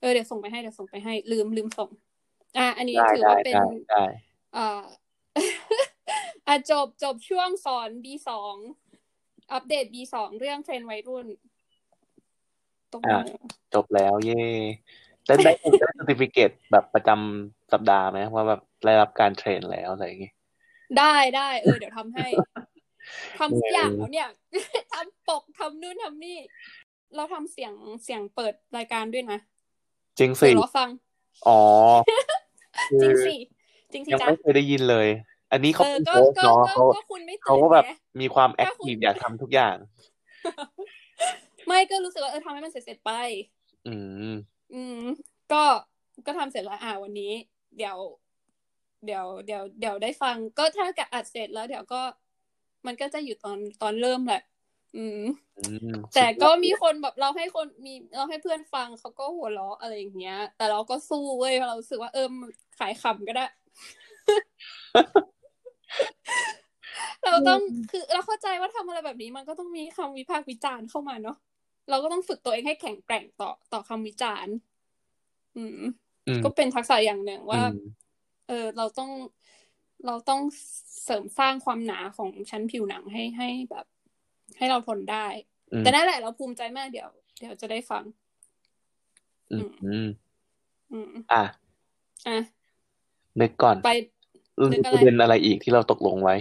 [SPEAKER 1] เออเดี๋ยวส่งไปให้เดี๋ยวส่งไปให้ลืมลืมส่ง อ่ะอันนี้
[SPEAKER 3] ได้
[SPEAKER 1] ถือ
[SPEAKER 3] ได้
[SPEAKER 1] ว่าเป็น
[SPEAKER 3] ได้ได้
[SPEAKER 1] เอ่ อ อ่ะจบจบช่วงสอน B2 อัปเดต B2 เรื่องเทรนด์วัยรุ่น ตรงนี้
[SPEAKER 3] อ่ะ จบแล้วเย่ได้ได้ได้ c e r t i f i c a t แบบประจำสัปดาห์ไหมว่าแบบได้รับการเทรนแล้วอะไรอย่างงี้
[SPEAKER 1] ได้ได้เออเดี๋ยว ทำให้ ทำทุกอย่างแล้วเนี่ย ทำปกทำนู่นทำนี่ เราทำเสียงเสียงเปิดรายการด้วยนะ
[SPEAKER 3] จริงสิ
[SPEAKER 1] เดี๋ยวเราฟัง
[SPEAKER 3] อ๋อ
[SPEAKER 1] จริง
[SPEAKER 3] คือ
[SPEAKER 1] สิจริงสิ
[SPEAKER 3] ยัง
[SPEAKER 1] จ้ะ
[SPEAKER 3] ไม่เคยได้ยินเลย อันนี้เขา
[SPEAKER 1] เออ
[SPEAKER 3] เป็น
[SPEAKER 1] ก็ก็ก็
[SPEAKER 3] โค้ชเนาะเขา
[SPEAKER 1] ก็คุณไม่ตื่
[SPEAKER 3] เขา
[SPEAKER 1] น
[SPEAKER 3] ก็แบบ
[SPEAKER 1] ไง
[SPEAKER 3] มีความแอคทีฟ
[SPEAKER 1] ก็คุณ
[SPEAKER 3] อยากทำทุกอย่าง
[SPEAKER 1] ไม่ก็รู้สึกว่าเออทำให้มันเสร็จๆไป
[SPEAKER 3] อืม
[SPEAKER 1] อืม ก็ก็ทำเสร็จแล้วอ่าวันนี้ เดี๋ยว เดี๋ยวเดี๋ยวเดี๋ยวได้ฟัง ก็ถ้ากับอัดเสร็จแล้ว เดี๋ยวก็ มันก็จะอยู่ตอนตอนเริ่มแหละ อืม
[SPEAKER 3] อืม
[SPEAKER 1] แต่ก็มีคนแบบเราให้คนมีเราให้เพื่อนฟังเขาก็หัวเราะอะไรอย่างเงี้ย แต่เราก็สู้เว้ยเพราะเรารู้สึกว่าเออมันขายขำก็ได้ เราต้องคือเราเข้าใจว่าทำอะไรแบบนี้ มันก็ต้องมีคำวิพากษ์วิจารณ์เข้ามาเนาะเราก็ต้องฝึกตัวเองให้แข็งแกร่งต่อต่อคำวิจารณ์ อืม
[SPEAKER 3] อืม
[SPEAKER 1] ก็เป็นทักษะอย่างหนึ่งว่า
[SPEAKER 3] อืม
[SPEAKER 1] เออเราต้องเราต้องเสริมสร้างความหนาของชั้นผิวหนังให้ให้แบบ ให้เราทนได้
[SPEAKER 3] อืม
[SPEAKER 1] แต่นั่นแหละเราภูมิใจมากเดี๋ยว เดี๋ยวจะได้ฟัง
[SPEAKER 3] อืมอืม
[SPEAKER 1] อืม
[SPEAKER 3] อ่ะ
[SPEAKER 1] อ่ะ
[SPEAKER 3] นึกก่อน
[SPEAKER 1] ไป นึก
[SPEAKER 3] ป
[SPEAKER 1] อะไร
[SPEAKER 3] ระเด็นอะไรอีกที่เราตกลงไว้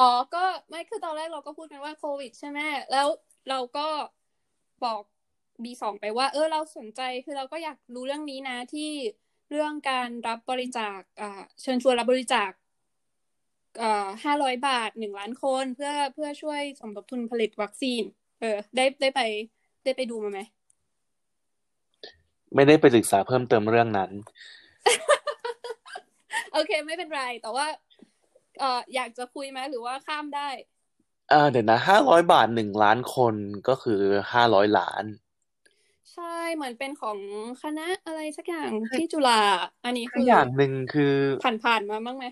[SPEAKER 1] อ๋อก็ไม่คือตอนแรกเราก็พูดกันว่าโควิดใช่ไหมแล้วเราก็บอกบีสองไปว่า เออเราสนใจคือเราก็อยากรู้เรื่องนี้นะที่เรื่องการรับบริจาคอ่าเชิญชวนรับบริจาคอ่าห้าร้อยบาทหนึ่งล้านคนเพื่อเพื่อช่วยสมทบทุนผลิตวัคซีน เออ ได้ได้ไปได้ไปดูมาไหม
[SPEAKER 3] ไม่ได้ไปศึกษาเพิ่มเติมเรื่องนั้น
[SPEAKER 1] โอเค ไม่เป็นไร แต่ว่าเอออยากจะคุยไหมหรือว่าข้ามได้
[SPEAKER 3] อ่าเดี๋ยวนะห้าร้อยบาทหนึ่งล้านคนก็คือห้าร้อยล้าน
[SPEAKER 1] ใช่เหมือนเป็นของคณะอะไรสักอย่างที่จุฬาอันนี้
[SPEAKER 3] คื
[SPEAKER 1] คือ อ
[SPEAKER 3] อย่างหนึ่งคือ
[SPEAKER 1] ผ่านผ่านมาบ้างไหม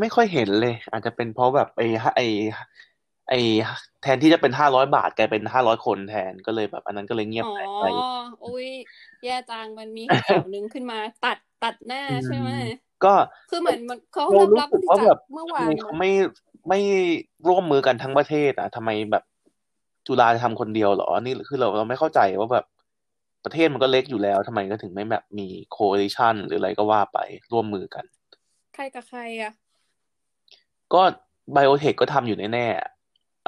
[SPEAKER 3] ไม่ค่อยเห็นเลย อาจจะเป็นเพราะแบบไอ้ไอ้ไอ้แทนที่จะเป็นห้าร้อยบาทกลายเป็นห้าร้อยคนแทนก็เลยแบบ อันนั้นก็เลยเงียบ
[SPEAKER 1] อ๋อ
[SPEAKER 3] หายไป
[SPEAKER 1] อุ้ยแย่จังมันมีข่าวหนึงขึ้นมาตัดตัดหน้าใช่ไหม
[SPEAKER 3] อืม ก็
[SPEAKER 1] คือเหมือนมันเขา
[SPEAKER 3] เรา
[SPEAKER 1] รับ
[SPEAKER 3] รู้
[SPEAKER 1] รับบริ
[SPEAKER 3] สึกว่า
[SPEAKER 1] จา
[SPEAKER 3] แบ
[SPEAKER 1] ค
[SPEAKER 3] บ
[SPEAKER 1] เมื่อ
[SPEAKER 3] ทำ
[SPEAKER 1] วา
[SPEAKER 3] ไม
[SPEAKER 1] น
[SPEAKER 3] เขาไม่ไม่ร่วมมือกันทั้งประเทศอ่ะทำไมแบบจุฬาจะทำคนเดียวเหรอ นี่คือเราเราไม่เข้าใจว่าแบบประเทศมันก็เล็กอยู่แล้วทำไมก็ถึงไม่แบบมีโคอลิชันหรืออะไรก็ว่าไปร่วมมือกัน
[SPEAKER 1] ใครกับใครอ่ะ
[SPEAKER 3] ก็ไบโอเทคก็ทำอยู่แน่ๆอะ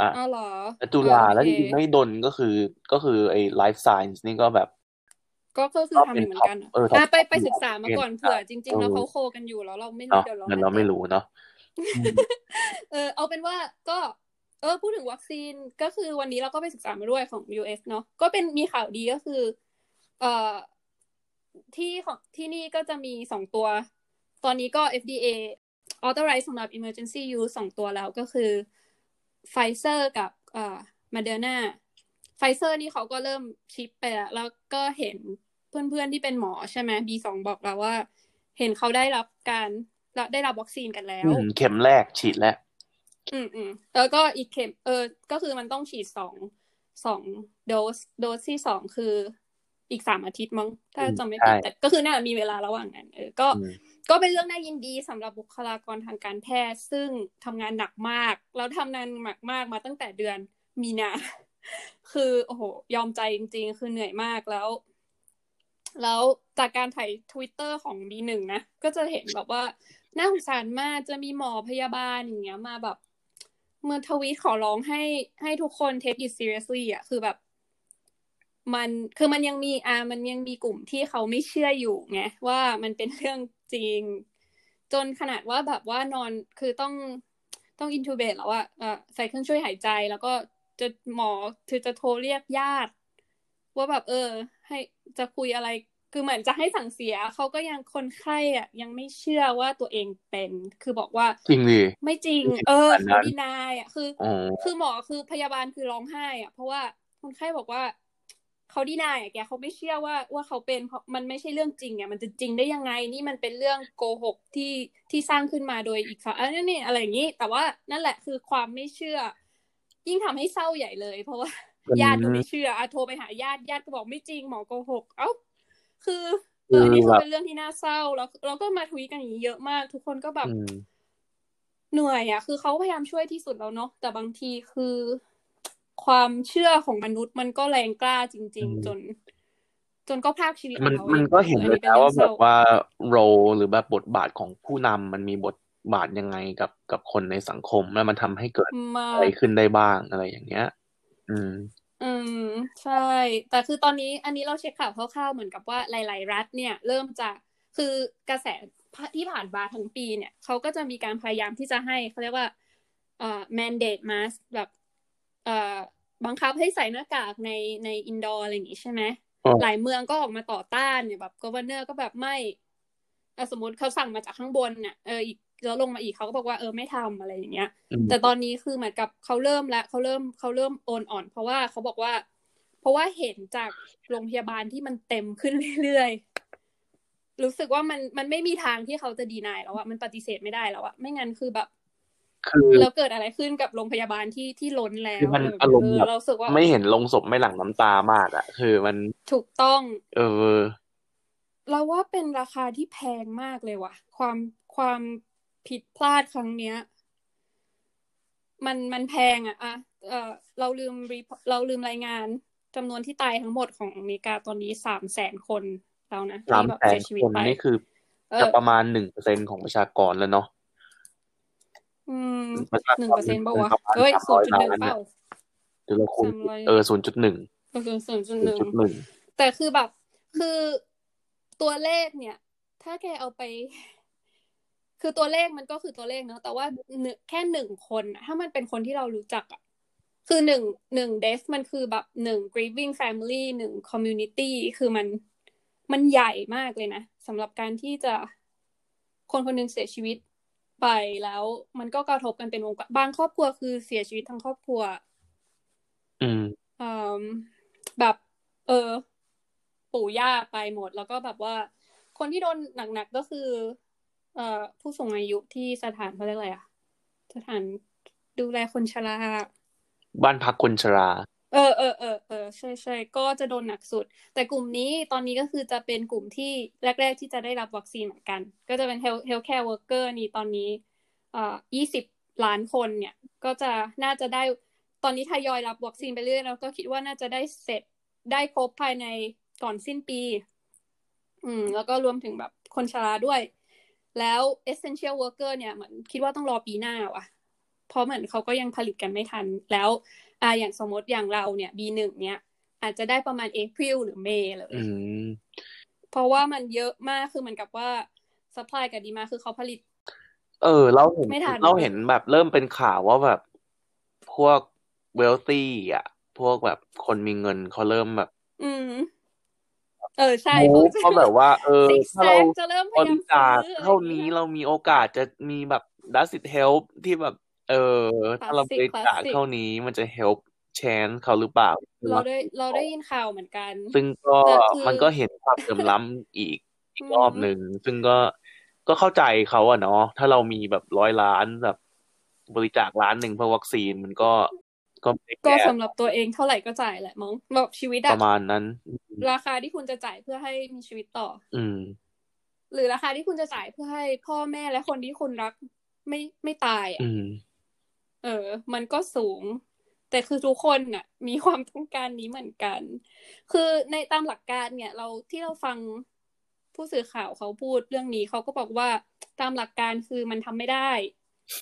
[SPEAKER 3] อ่ะ
[SPEAKER 1] อ้าวเหรอ
[SPEAKER 3] แต่จุฬา
[SPEAKER 1] อ่
[SPEAKER 3] แล้ว
[SPEAKER 1] โอ
[SPEAKER 3] จ
[SPEAKER 1] เค
[SPEAKER 3] ริงๆไม่ดนก็คือก็คือไอ้ไลฟ์ไซน์นี่ก็แบบ
[SPEAKER 1] ก็ก็คือทำอยู่เหมือนกัน
[SPEAKER 3] เออ top
[SPEAKER 1] ะไปไปศึกษามาก่อนเผื่อจริง ๆ แล้วเขาโคกันอยู่แล้วเราไม่รู้
[SPEAKER 3] เนาะ
[SPEAKER 1] เดี๋ยวเรา
[SPEAKER 3] งั้นเราไม่รู้เนาะ
[SPEAKER 1] เออเอาเป็นว่าก็ เออพูดถึงวัคซีนก็คือวันนี้เราก็ไปศึกษามาด้วยของ US เนาะก็เป็นมีข่าวดีก็คือ เอ่อที่ของที่นี่ก็จะมีสองตัว ตอนนี้ก็ FDA authorize สำหรับ emergency use สองตัวแล้วก็คือ Pfizer กับเอ่อ Moderna Pfizer นี่เขาก็เริ่มชิปไปแล้วแล้วก็เห็นเพื่อนๆที่เป็นหมอใช่ไหม B2 บอกเราว่า เห็นเขาได้รับการได้รับวัคซีนกันแล้
[SPEAKER 3] อื
[SPEAKER 1] ว
[SPEAKER 3] มเข็มแรกฉีดแล้ว
[SPEAKER 1] อืมอืมแล้วก็อีกเข็มเออ ก็คือมันต้องฉีดสองสองโดสโดสที่สองคืออีกสามอาทิตย์มั้งถ้า
[SPEAKER 3] อืม
[SPEAKER 1] จำไม่ผิด
[SPEAKER 3] ใช่
[SPEAKER 1] แต่ก็คือน่าจะมีเวลาระหว่างนั้นเออก็
[SPEAKER 3] อืม
[SPEAKER 1] ก็เป็นเรื่องน่ายินดีสำหรับบุคลากรทางการแพทย์ ซึ่งทำงานหนักมากแล้วทำงานหนักมากมาตั้งแต่เดือนมีนา คือโอ้โห ยอมใจจริง ๆ คือเหนื่อยมากแล้ว แล้วจากการถ่ายทวิตเตอร์ของบีหนึ่งนะ ก็จะเห็นแบบว่า น่าสงสารมากจะมีหมอพยาบาลอย่างเงี้ยมาแบบเหมือนทวีตขอร้องให้ให้ทุกคน take it seriously อ่ะ คือแบบ มันคือมันยังมีอ่ามันยังมีกลุ่มที่เขาไม่เชื่ออยู่ไงว่ามันเป็นเรื่องจริง จนขนาดว่าแบบว่านอนคือต้องต้องอินทูเบตแล้วอะเอ่อใส่เครื่องช่วยหายใจ แล้วก็จะหมอคือจะโทรเรียกญาติ ว่าแบบเออ ให้จะคุยอะไร คือเหมือนจะให้สั่งเสียเขาก็ยังคนไข้อะยังไม่เชื่อว่าตัวเองเป็น คือบอกว่า
[SPEAKER 3] จริงดิ
[SPEAKER 1] ไม่จริง
[SPEAKER 3] ไม่จริง
[SPEAKER 1] เออ
[SPEAKER 3] ขนา
[SPEAKER 1] เขา
[SPEAKER 3] ดนั้น
[SPEAKER 1] ดีนายอ่ะ คือ
[SPEAKER 3] อ๋อ
[SPEAKER 1] คือหมอคือพยาบาลคือร้องไห้อ่ะ เพราะว่าคนไข้บอกว่าเขาดีนายอ่ะแกเขาไม่เชื่อว่าว่าเขาเป็นเพราะมันไม่ใช่เรื่องจริงอ่ะมันจะจริงได้ยังไง นี่มันเป็นเรื่องโกหกที่ที่สร้างขึ้นมาโดยอีกฝ่ายอันนี้อะไรอย่างนี้ แต่ว่านั่นแหละคือความไม่เชื่อ ยิ่งทำให้เศร้าใหญ่เลย เพราะว่า ญาติก็ไม่เชื่ออะโทรไปหาญาติญาติก็บอกไม่จริงหมอโกหก เอ้า คือเอออนนี่คือเป็นเรื่องที่น่าเศร้าแล้วแล้วก็มาทวีตกันอย่างนี้เยอะมาก ทุกคนก็แบบ
[SPEAKER 3] อืม
[SPEAKER 1] เหนื่อยอะคือเขาพยายามช่วยที่สุดแล้วเนาะ แต่บางทีคือ ความเชื่อของมนุษย์มันก็แรงกล้าจริง
[SPEAKER 3] อืม
[SPEAKER 1] ๆ จน จนก็พรากชีวิต
[SPEAKER 3] มัน
[SPEAKER 1] เรา
[SPEAKER 3] มัน
[SPEAKER 1] อง
[SPEAKER 3] ก็เห็น
[SPEAKER 1] อั
[SPEAKER 3] เลย
[SPEAKER 1] ป็
[SPEAKER 3] นะว่า
[SPEAKER 1] เรื่อง
[SPEAKER 3] แบ
[SPEAKER 1] เศร้
[SPEAKER 3] บว่าโรหรือแบบบทบาทของผู้นำมันมีบทบาทยังไงกับกับคนในสังคม แล้วมันทำให้เกิด
[SPEAKER 1] มา
[SPEAKER 3] อะ
[SPEAKER 1] ก
[SPEAKER 3] ไรขึ้นได้บ้างอะไรอย่างเงี้ย อืม
[SPEAKER 1] อืมใช่ แต่คือตอนนี้อันนี้เราเช็คข่าวคร่าวๆเหมือนกับว่าหลาย ๆ รัฐเนี่ย เริ่มจะคือกระแสที่ผ่านมาทั้งปีเนี่ยเขาก็จะมีการพยายามที่จะให้เขาเรียกว่าเอ่อ mandate mask แบบเอ่อบังคับให้ใส่หน้ากากในในอินดอร์อะไรอย่างงี้ใช่ไหม
[SPEAKER 3] อ๋อ
[SPEAKER 1] หลายเมืองก็ออกมาต่อต้านเนี่ยแบบ governor ก็แบบไม่เอ่อสมมติเขาสั่งมาจากข้างบนเนี่ยเอออีกแล้วลงมาอีกเขาก็บอกว่าเออไม่ทำอะไรอย่างเงี้ย
[SPEAKER 3] อืม
[SPEAKER 1] แต่ตอนนี้คือเหมือนกับเขาเริ่มแล้วเขาเริ่มเขาเริ่มโอนอ่อน เพราะว่าเขาบอกว่า เพราะว่าเห็นจากโรงพยาบาลที่มันเต็มขึ้นเรื่อยๆ รู้สึกว่ามันมันไม่มีทางที่เขาจะดีนายแล้วอะมันปฏิเสธไม่ได้แล้วอะไม่งั้นคือแบบ
[SPEAKER 3] คือ
[SPEAKER 1] แล้วเกิดอะไรขึ้นกับโรงพยาบาลที่ที่ล้นแล้
[SPEAKER 3] คือ
[SPEAKER 1] ว
[SPEAKER 3] มันอารมณ์แบบ
[SPEAKER 1] เเรารู้สึกว่า
[SPEAKER 3] ไม่เห็นลงศพไม่หลั่งน้ำตามากอะคือมัน
[SPEAKER 1] ถูกต้อง
[SPEAKER 3] เออ
[SPEAKER 1] เราว่าเป็นราคาที่แพงมากเลยว่ะ ความความผิดพลาดครั้งเนี้ย มันมันแพงอ่ะอะเออเราลืม report- เราลืมรายงานจำนวนที่ตายทั้งหมดของอเมริกาตอนนี้สามแสนคนแล้วนะ
[SPEAKER 3] สาม
[SPEAKER 1] ที่แบบ
[SPEAKER 3] แสน
[SPEAKER 1] เสียชีวิ
[SPEAKER 3] ค
[SPEAKER 1] ต
[SPEAKER 3] น
[SPEAKER 1] ไป
[SPEAKER 3] นี่คือ
[SPEAKER 1] เออ
[SPEAKER 3] จะประมาณหนึ่งเปอร์เซ็นของประชากรแล้วเนาะ
[SPEAKER 1] อืม
[SPEAKER 3] ประชา
[SPEAKER 1] หนึ่ง
[SPEAKER 3] ก
[SPEAKER 1] เปอร์เซ็นต์ป่าวะ
[SPEAKER 3] ประมาณ
[SPEAKER 1] เฮ้ย
[SPEAKER 3] สาม
[SPEAKER 1] ศู
[SPEAKER 3] ร้
[SPEAKER 1] น
[SPEAKER 3] อ
[SPEAKER 1] ย์
[SPEAKER 3] ย
[SPEAKER 1] จุดห
[SPEAKER 3] ล้า
[SPEAKER 1] นึ่ง
[SPEAKER 3] น
[SPEAKER 1] เปล่า
[SPEAKER 3] เนี่ยหรือเราคูณ
[SPEAKER 1] 300
[SPEAKER 3] เออศูนย์จุดหนึ่ง
[SPEAKER 1] ก็คือศูนย์จุด
[SPEAKER 3] ศู
[SPEAKER 1] ห
[SPEAKER 3] น
[SPEAKER 1] นึ่ง
[SPEAKER 3] ย์จุดหนึ่ง
[SPEAKER 1] แต่คือแบบคือตัวเลขเนี่ย ถ้าแกเอาไป คือตัวเลขมันก็คือตัวเลขเนอะแต่ว่าหนึ่งแค่หนึ่งคนน่ะถ้ามันเป็นคนที่เรารู้จักอะคือหนึ่งหนึ่งเดสมันคือแบบหนึ่ง grieving family หนึ่ง community คือมันมันใหญ่มากเลยนะสำหรับการที่จะคนคนหนึ่งเสียชีวิตไปแล้ว มันก็กระทบกันเป็นวงกว้างบางครอบครัวคือเสียชีวิตทั้งครอบครัว
[SPEAKER 3] อืม
[SPEAKER 1] เอ่อแบบ เออ ปู่ย่าไปหมด แล้วก็แบบว่า คนที่โดนหนักๆก็คือ เอ่อ ผู้สูงอายุที่สถานเขาเรียกอะไรอะสถานดูแลคนชรา
[SPEAKER 3] บ้านพักคนชรา
[SPEAKER 1] เออเออเออเออใช่ใช่ก็จะโดนหนักสุด แต่กลุ่มนี้ตอนนี้ก็คือจะเป็นกลุ่มที่แรก ๆ ที่จะได้รับวัคซีนเหมือนกัน ก็จะเป็น health healthcare worker นี่ตอนนี้เอ่อยี่สิบล้านคนเนี่ย ก็จะน่าจะได้ตอนนี้ทยอยรับวัคซีนไปเรื่อยแล้วก็คิดว่าน่าจะได้เสร็จได้ครบภายในก่อนสิ้นปี อืม แล้วก็รวมถึงแบบคนชราด้วย แล้ว essential worker เนี่ยเหมือนคิดว่าต้องรอปีหน้าว่ะ เพราะเหมือนเขาก็ยังผลิตกันไม่ทันแล้ว อ่าอย่างสมมติอย่างเราเนี่ย B1 เนี่ยอาจจะได้ประมาณ April หรือ May เลย
[SPEAKER 3] อืม
[SPEAKER 1] เพราะว่ามันเยอะมากคือเหมือนกับว่า supply กับ demand คือเขาผลิต
[SPEAKER 3] เออ เราเห็น
[SPEAKER 1] ไม่ทัน
[SPEAKER 3] เราเห็นแบบเริ่มเป็นข่าวว่าแบบ พวกเวลตี้อ่ะ พวกแบบคนมีเงินเขาเริ่มแบบ
[SPEAKER 1] อืม เออใช่
[SPEAKER 3] มูฟ
[SPEAKER 1] เขา
[SPEAKER 3] เขาแบบว่า เอ อ
[SPEAKER 1] ซิกแซ
[SPEAKER 3] ถ้าเรา
[SPEAKER 1] กจะเริ่มพ
[SPEAKER 3] บ
[SPEAKER 1] ยายา
[SPEAKER 3] ริ
[SPEAKER 1] ม
[SPEAKER 3] จาค
[SPEAKER 1] ซื้อ
[SPEAKER 3] เท่านี้เรามีโอกาสจะมีแบบ does it help ที่แบบ เออ ถ้าเราบริจาคเท่านี้มันจะ help chance เขาหรือเปล่า
[SPEAKER 1] เราได้เราได้ยินข่าวเหมือนกัน
[SPEAKER 3] ซึ่งก็
[SPEAKER 1] แต่คือ
[SPEAKER 3] มันก็เห็นความเหลื่อมล้ ำอีกอีก
[SPEAKER 1] อืม
[SPEAKER 3] รอบหนึ่งซึ่งก็ก็เข้าใจเขาอะเนาะถ้าเรามีแบบร้อยล้านแบบ บริจาคล้านหนึ่งเพื่อวัคซีนมันก็ก็ไม่ได้
[SPEAKER 1] ก็
[SPEAKER 3] แย่
[SPEAKER 1] สำหรับตัวเองเท่าไหร่ก็จ่ายแหละมั้งแบบชีวิต
[SPEAKER 3] ป
[SPEAKER 1] อะ
[SPEAKER 3] ระมาณนั้น
[SPEAKER 1] ราคาที่คุณจะจ่ายเพื่อให้มีชีวิตต่อ
[SPEAKER 3] อืม
[SPEAKER 1] หรือราคาที่คุณจะจ่ายเพื่อให้พ่อแม่และคนที่คุณรักไม่ไม่ตายอะ
[SPEAKER 3] อืม
[SPEAKER 1] เออ มันก็สูง แต่คือทุกคนน่ะ มีความต้องการนี้เหมือนกัน คือในตามหลักการเนี่ย เราที่เราฟังผู้สื่อข่าวเขาพูดเรื่องนี้เขาก็บอกว่าตามหลักการคือมันทำไม่ได้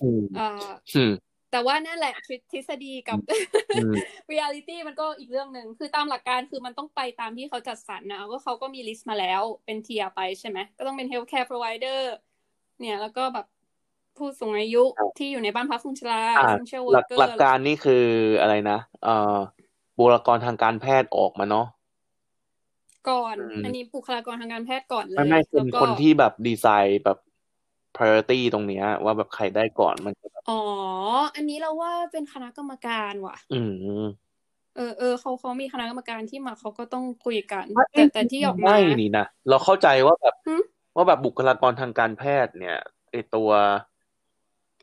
[SPEAKER 3] อืม
[SPEAKER 1] อ่า
[SPEAKER 3] อืม
[SPEAKER 1] แต่ว่านั่นแหละทฤทฤษฎีกับ
[SPEAKER 3] อื ม
[SPEAKER 1] เรียลิตี้มันก็อีกเรื่องหนึ่งคือตามหลักการคือมันต้องไปตามที่เขาจัดสรรนะก็เขาก็มีลิสต์มาแล้วเป็นเทียไปใช่ไหม ก็ต้องเป็นเฮลท์แคร์พร v i เดอร์เนี่ยแล้วก็แบบผู้สูงอายุที่อยู่ในบ้านพักคนชรา
[SPEAKER 3] อ่า
[SPEAKER 1] เชียลว
[SPEAKER 3] ห
[SPEAKER 1] อ
[SPEAKER 3] ลัก
[SPEAKER 1] ร์เกอ
[SPEAKER 3] หลัก
[SPEAKER 1] ร์
[SPEAKER 3] การนี่คืออะไรนะเอ่อบุคลากรทางการแพทย์ออกมาเนาะ
[SPEAKER 1] ก่อน
[SPEAKER 3] อืม
[SPEAKER 1] อันนี้บุคลากรทางการแพทย์ก่อนเลย
[SPEAKER 3] ไม่ไม่เป็
[SPEAKER 1] แล้
[SPEAKER 3] น
[SPEAKER 1] วก็
[SPEAKER 3] คนที่แบบดีไซน์แบบ priority ตรงเนี้ย ว่าแบบใครได้ก่อนมันจะแบบ
[SPEAKER 1] อ๋อ อันนี้เราว่าเป็นคณะกรรมการว่ะ
[SPEAKER 3] อืม
[SPEAKER 1] เออเออเขาเขามีคณะกรรมการที่มาเขาก็ต้องคุยกัน
[SPEAKER 3] ว่า
[SPEAKER 1] แต่
[SPEAKER 3] เอ๊ะ
[SPEAKER 1] แต่ที่ออกมา
[SPEAKER 3] ไม่นี่นะเราเข้าใจว่าแบบ
[SPEAKER 1] หึ
[SPEAKER 3] ว่าแบบบุคลากรทางการแพทย์เนี่ยไอตัว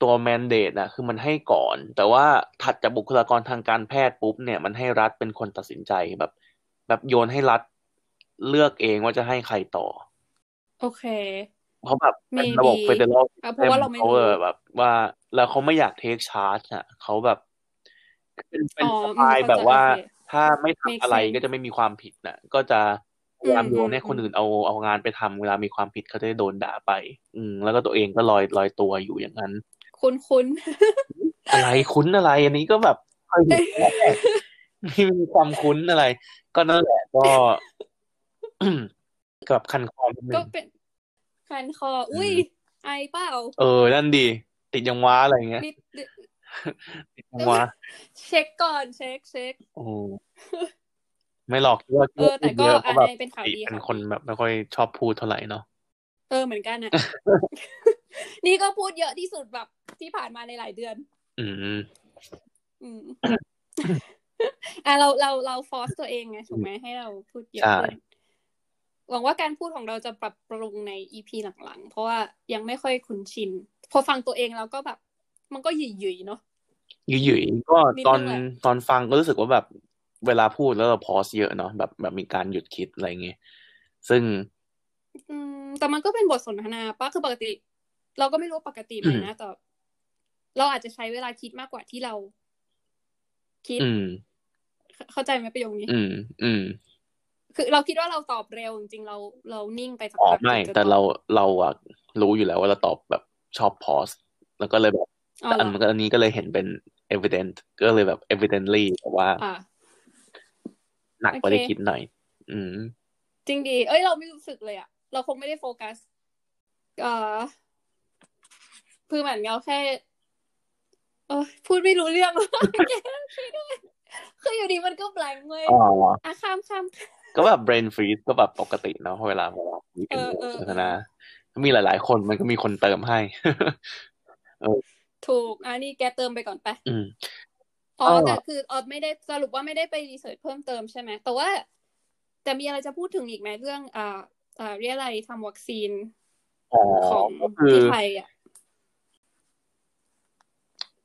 [SPEAKER 3] ตัวแมนเดตนะคือมันให้ก่อน แต่ว่าถัดจากบุคลากรทางการแพทย์ปุ๊บเนี่ยมันให้รัฐเป็นคนตัดสินใจแบบ แบบโยนให้รัฐเลือกเองว่าจะให้ใครต่อ
[SPEAKER 1] โอเค
[SPEAKER 3] เพราะแบบเป็น
[SPEAKER 1] Maybe
[SPEAKER 3] ระบบเฟเดอรัล
[SPEAKER 1] อ่ะเพราะว่าเราไม่รู้
[SPEAKER 3] เออแบบว่าแล้วเขาไม่อยากเทคชาร์จอ่ะเขาแบบเป็นเป็น
[SPEAKER 1] อ๋อ
[SPEAKER 3] สไตล์แบบว่า
[SPEAKER 1] เข้าใจโอเค
[SPEAKER 3] ถ้าไม่ทำ
[SPEAKER 1] Make
[SPEAKER 3] อะไร
[SPEAKER 1] sense
[SPEAKER 3] ก็จะไม่มีความผิดน่ะ ก็จะพยายาม
[SPEAKER 1] อืม
[SPEAKER 3] โยนให้
[SPEAKER 1] อืม
[SPEAKER 3] คนอื่นเอาเอางานไปทำเวลามีความผิดเขาจะได้โดนด่าไป อืม แล้วก็ตัวเองก็ลอยลอยตัวอยู่อย่างนั้น
[SPEAKER 1] คุ้นคุ้น
[SPEAKER 3] อะไรคุ้นอะไรอันนี้ก็แบบเคยเห็นแรกๆไม่มีความคุ้นอะไร ก็นั่นแหละ ก็ กับคันคอนิดนึ
[SPEAKER 1] ก็
[SPEAKER 3] ง
[SPEAKER 1] เป็นคันคอ อุ้ย ไอเปล่า
[SPEAKER 3] เออ นั่นดี ติดยังว้าอะไรอย่างเงี้ย
[SPEAKER 1] นิดนิด
[SPEAKER 3] ติดยังว้า
[SPEAKER 1] เช็คก่อนเช็คเช็ค
[SPEAKER 3] โอ้ไม่หรอกคิดว่า
[SPEAKER 1] เออ แต่ก็
[SPEAKER 3] เยอะเพ
[SPEAKER 1] อัน
[SPEAKER 3] ราะแบบ
[SPEAKER 1] นี้เป็นข่าวดี
[SPEAKER 3] เป็น
[SPEAKER 1] ค่ะ
[SPEAKER 3] คนแบบไม่ค่อยชอบพูดเท่าไหร่เนาะ
[SPEAKER 1] เออเหมือนกันอ่ะ นี่ก็พูดเยอะที่สุดแบบที่ผ่านมาในหลายเดือน
[SPEAKER 3] อืม
[SPEAKER 1] อืม อ่ะเราเราเราฟอร์สตัวเองไงถูกไหมให้เราพูดเยอะ
[SPEAKER 3] ใช่
[SPEAKER 1] ขึ้นหวังว่าการพูดของเราจะปรับปรุงในอีพีหลังๆ เพราะว่ายังไม่ค่อยคุ้นชิน พอฟังตัวเองแล้วก็แบบ มันก็หยิ่ยๆเนาะ
[SPEAKER 3] หยุ่ยๆก็
[SPEAKER 1] นิดนึง
[SPEAKER 3] ตอน
[SPEAKER 1] แหละ
[SPEAKER 3] ตอนฟังก็รู้สึกว่าแบบเวลาพูดแล้วเราพอสเยอะเนาะแบบแบบมีการหยุดคิดอะไรเงี้ยซึ่ง
[SPEAKER 1] อืมแต่มันก็เป็นบทสนทนาปะคือปกติ เราก็ไม่รู้ว่าปกติไหมนะแต่เราอาจจะใช้เวลาคิดมากกว่าที่เรา คิด
[SPEAKER 3] อืม
[SPEAKER 1] เข้าเข้าใจไหมประโยคนี้
[SPEAKER 3] อืม อืม
[SPEAKER 1] คือ เราคิดว่าเราตอบเร็วจริงๆเราเรานิ่งไปสัก
[SPEAKER 3] อ๋อ
[SPEAKER 1] พัก
[SPEAKER 3] ไม่
[SPEAKER 1] ถึงจะ
[SPEAKER 3] แต่
[SPEAKER 1] อบ
[SPEAKER 3] เราเราอะรู้อยู่แล้วว่าเราตอบแบบชอบพอสแล้วก็เลยแบบ
[SPEAKER 1] อ๋อ
[SPEAKER 3] แต่
[SPEAKER 1] เหร
[SPEAKER 3] อัน
[SPEAKER 1] อ
[SPEAKER 3] อันนี้ก็เลยเห็นเป็น evident ก็เลยแบบ evidently แบบว่า
[SPEAKER 1] อ่ะ
[SPEAKER 3] หนักกว่า
[SPEAKER 1] โอเค
[SPEAKER 3] ที่คิดหน่อย อืม
[SPEAKER 1] จริงดี เอ้ยเราไม่รู้สึกเลยอะเราคงไม่ได้โฟกัสเอ่อคือเหมือนเราแค่เออพูดไม่รู้เรื่อง แกช่วยด้วยคืออยู่ดีมันก็ blank เว้ย
[SPEAKER 3] อ๋อ
[SPEAKER 1] อ่ะข้ามข้าม
[SPEAKER 3] ก็แบบ brain freeze ก็แบบปกติเนาะเวลาเวลาคุยกัน
[SPEAKER 1] เออเออ
[SPEAKER 3] สนทนาถ้ามีหลาย ๆ คนมันก็มีคนเติ มให้
[SPEAKER 1] ถูกอ่ะนี่แกเติมไปก่อนไป
[SPEAKER 3] อืม
[SPEAKER 1] อ๋อ
[SPEAKER 3] ก็
[SPEAKER 1] แต่คือออฟไม่ได้สรุปว่าไม่ได้ไปรีเสิร์ชเพิ่มเติมใช่ไหมแต่ว่า แต่มีอะไรจะพูดถึงอีกไหมเรื่องอ่าอ่าเรียอะไรยทำวัคซีน
[SPEAKER 3] อ๋อ
[SPEAKER 1] ของ
[SPEAKER 3] ก็คือ
[SPEAKER 1] ที่ไทยอ่ะ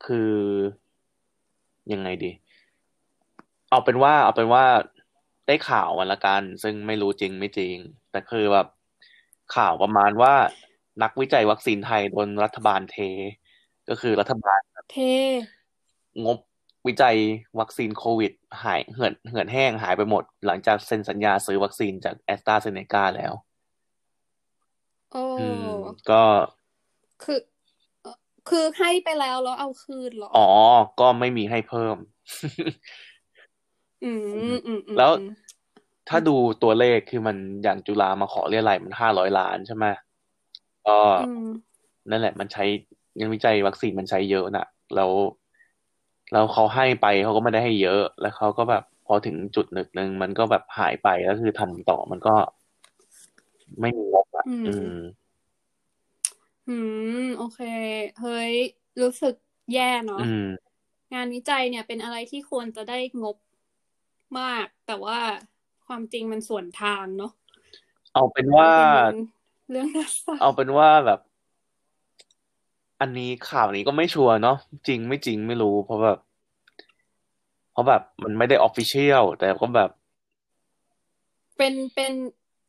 [SPEAKER 3] คือ ยังไงดี เอาเป็นว่า เอาเป็นว่าได้ข่าวมาละกัน ซึ่งไม่รู้จริงไม่จริง แต่คือแบบข่าวประมาณว่านักวิจัยวัคซีนไทยโดนรัฐบาลเท ก็คือรัฐบาล
[SPEAKER 1] เท
[SPEAKER 3] งบวิจัยวัคซีนโควิด หายเหือดเหือดแห้งหายไปหมด หลังจากเซ็นสัญญาซื้อวัคซีนจากแอสตราเซเนกาแล้ว
[SPEAKER 1] โอ้
[SPEAKER 3] อืม ก็
[SPEAKER 1] คือเอ่อคือให้ไปแล้วแล้วเอาคืนเหรอ
[SPEAKER 3] อ๋อ ก็ไม่มีให้เพิ่ม
[SPEAKER 1] อืมอืมอืมอืม
[SPEAKER 3] แล้ว ถ้าดูตัวเลขคือมันอย่างจุฬามาขอเรียรายมันห้าร้อยล้านใช่ไหมก็
[SPEAKER 1] อืม
[SPEAKER 3] นั่นแหละมันใช้ยังานวิจัยวัคซีนมันใช้เยอะนะแล้วแล้วเขาให้ไปเขาก็ไม่ได้ให้เยอะ แล้วเขาก็แบบพอถึงจุดหนึ่งนึงมันก็แบบหายไปแล้วคือทำต่อมันก็ ไม่มีงบอ่ะ
[SPEAKER 1] อืม
[SPEAKER 3] อืม
[SPEAKER 1] อืมโอเค เฮ้ย รู้สึกแย่เนาะ
[SPEAKER 3] อืม
[SPEAKER 1] งานวิจัยเนี่ยเป็นอะไรที่ควรจะได้งบมาก แต่ว่าความจริงมันส่วนทางเนาะ
[SPEAKER 3] เอาเป็นว่า
[SPEAKER 1] ความจริงมันเรื่องน่าเศร้า
[SPEAKER 3] เอาเป็นว่าแบบ อันนี้ข่าวนี้ก็ไม่ชัวร์เนาะจริงไม่จริงไม่รู้ เพราะแบบ เพราะแบบมันไม่ได้ออฟฟิเชียลแต่ก็แบบ
[SPEAKER 1] เป็นเป็น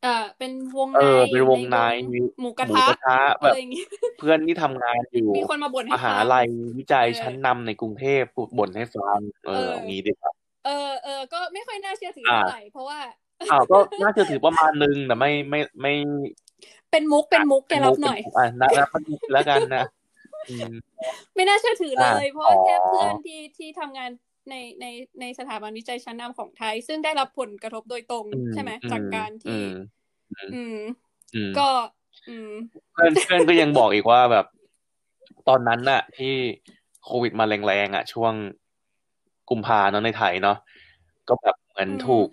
[SPEAKER 1] เอ่อเป็นวง
[SPEAKER 3] เอ
[SPEAKER 1] ใน
[SPEAKER 3] อเป็นวงใน
[SPEAKER 1] ในวงหมูกระ
[SPEAKER 3] หมู
[SPEAKER 1] ทะ
[SPEAKER 3] กระทะ
[SPEAKER 1] อะ
[SPEAKER 3] แบบ
[SPEAKER 1] ไรอย่างงี้
[SPEAKER 3] เพื่อนที่ทำงานอยู่
[SPEAKER 1] มีคนมาบ่นให้
[SPEAKER 3] มหา
[SPEAKER 1] ฟัง
[SPEAKER 3] ลัยวิจัย
[SPEAKER 1] เออ
[SPEAKER 3] ชั้นนำในกรุงเทพพูดบ่นให้ฟังเอ
[SPEAKER 1] เอ
[SPEAKER 3] อ
[SPEAKER 1] อ
[SPEAKER 3] เอางี้ดีกว่า
[SPEAKER 1] เออเออก็ไม่ค่อยน่าเชื่อถือ
[SPEAKER 3] อ่า
[SPEAKER 1] เท่าไหร่เพราะว่า
[SPEAKER 3] อ้าวก็น่าจะถือประมาณนึงแต่ไม่ไม่ไม่
[SPEAKER 1] เป็นมุกเป็นมุกแก
[SPEAKER 3] เป็น
[SPEAKER 1] รั
[SPEAKER 3] มุ
[SPEAKER 1] บ
[SPEAKER 3] ก
[SPEAKER 1] หน่อย
[SPEAKER 3] เป็นมุกอ่ะนะนะเป็นมุกแล้วกันนะ อืม
[SPEAKER 1] ไม่น่าเชื่อถือเลย
[SPEAKER 3] อ่ะ
[SPEAKER 1] เพราะว่า
[SPEAKER 3] อ๋อ
[SPEAKER 1] แค่เพื่อนที่ที่ทำงานในในในสถาบันวิจัยชั้นนำของไทย ซึ่งได้รับผลกระทบโดยตรง
[SPEAKER 3] อื
[SPEAKER 1] ใช่ไหมจากการที่
[SPEAKER 3] อืม
[SPEAKER 1] อืม
[SPEAKER 3] อืม
[SPEAKER 1] ก็ อืม
[SPEAKER 3] เพื่อนเพื่อนก็ยังบอกอีกว่าแบบ ตอนนั้นน่ะ ที่โควิดมาแรงๆอ่ะ ช่วงกุมภาเนาะในไทยเนาะก็แบบเหมือน
[SPEAKER 1] อืม
[SPEAKER 3] ถูก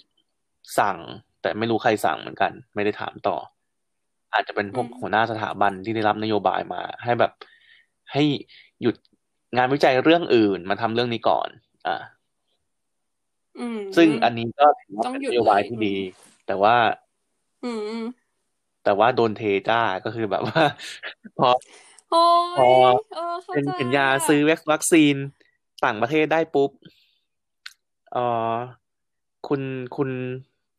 [SPEAKER 3] สั่ง แต่ไม่รู้ใครสั่งเหมือนกัน ไม่ได้ถามต่อ อาจจะเป็นพวกหัวหน้าสถาบันที่ได้รับนโยบายมา ให้แบบให้หยุดงานวิจัยเรื่องอื่นมาทำเรื่องนี้ก่อน อ่า
[SPEAKER 1] อืม
[SPEAKER 3] ซึ่งอันนี้ก็ถือว่า
[SPEAKER 1] ต้อง
[SPEAKER 3] เป็น
[SPEAKER 1] หยุ
[SPEAKER 3] น
[SPEAKER 1] ด
[SPEAKER 3] โยบาย
[SPEAKER 1] เลย
[SPEAKER 3] ที่ดี แต่ว่า
[SPEAKER 1] อืมอืม
[SPEAKER 3] แต่ว่าโดนเทจ้าก็คือแบบว่า พอ
[SPEAKER 1] โอ้
[SPEAKER 3] พอ
[SPEAKER 1] ยเออเข้า
[SPEAKER 3] เป็น
[SPEAKER 1] ใจ
[SPEAKER 3] สัญญา
[SPEAKER 1] ะ
[SPEAKER 3] ซื้อวัคซีนต่างประเทศได้ปุ๊บเออคุณคุณ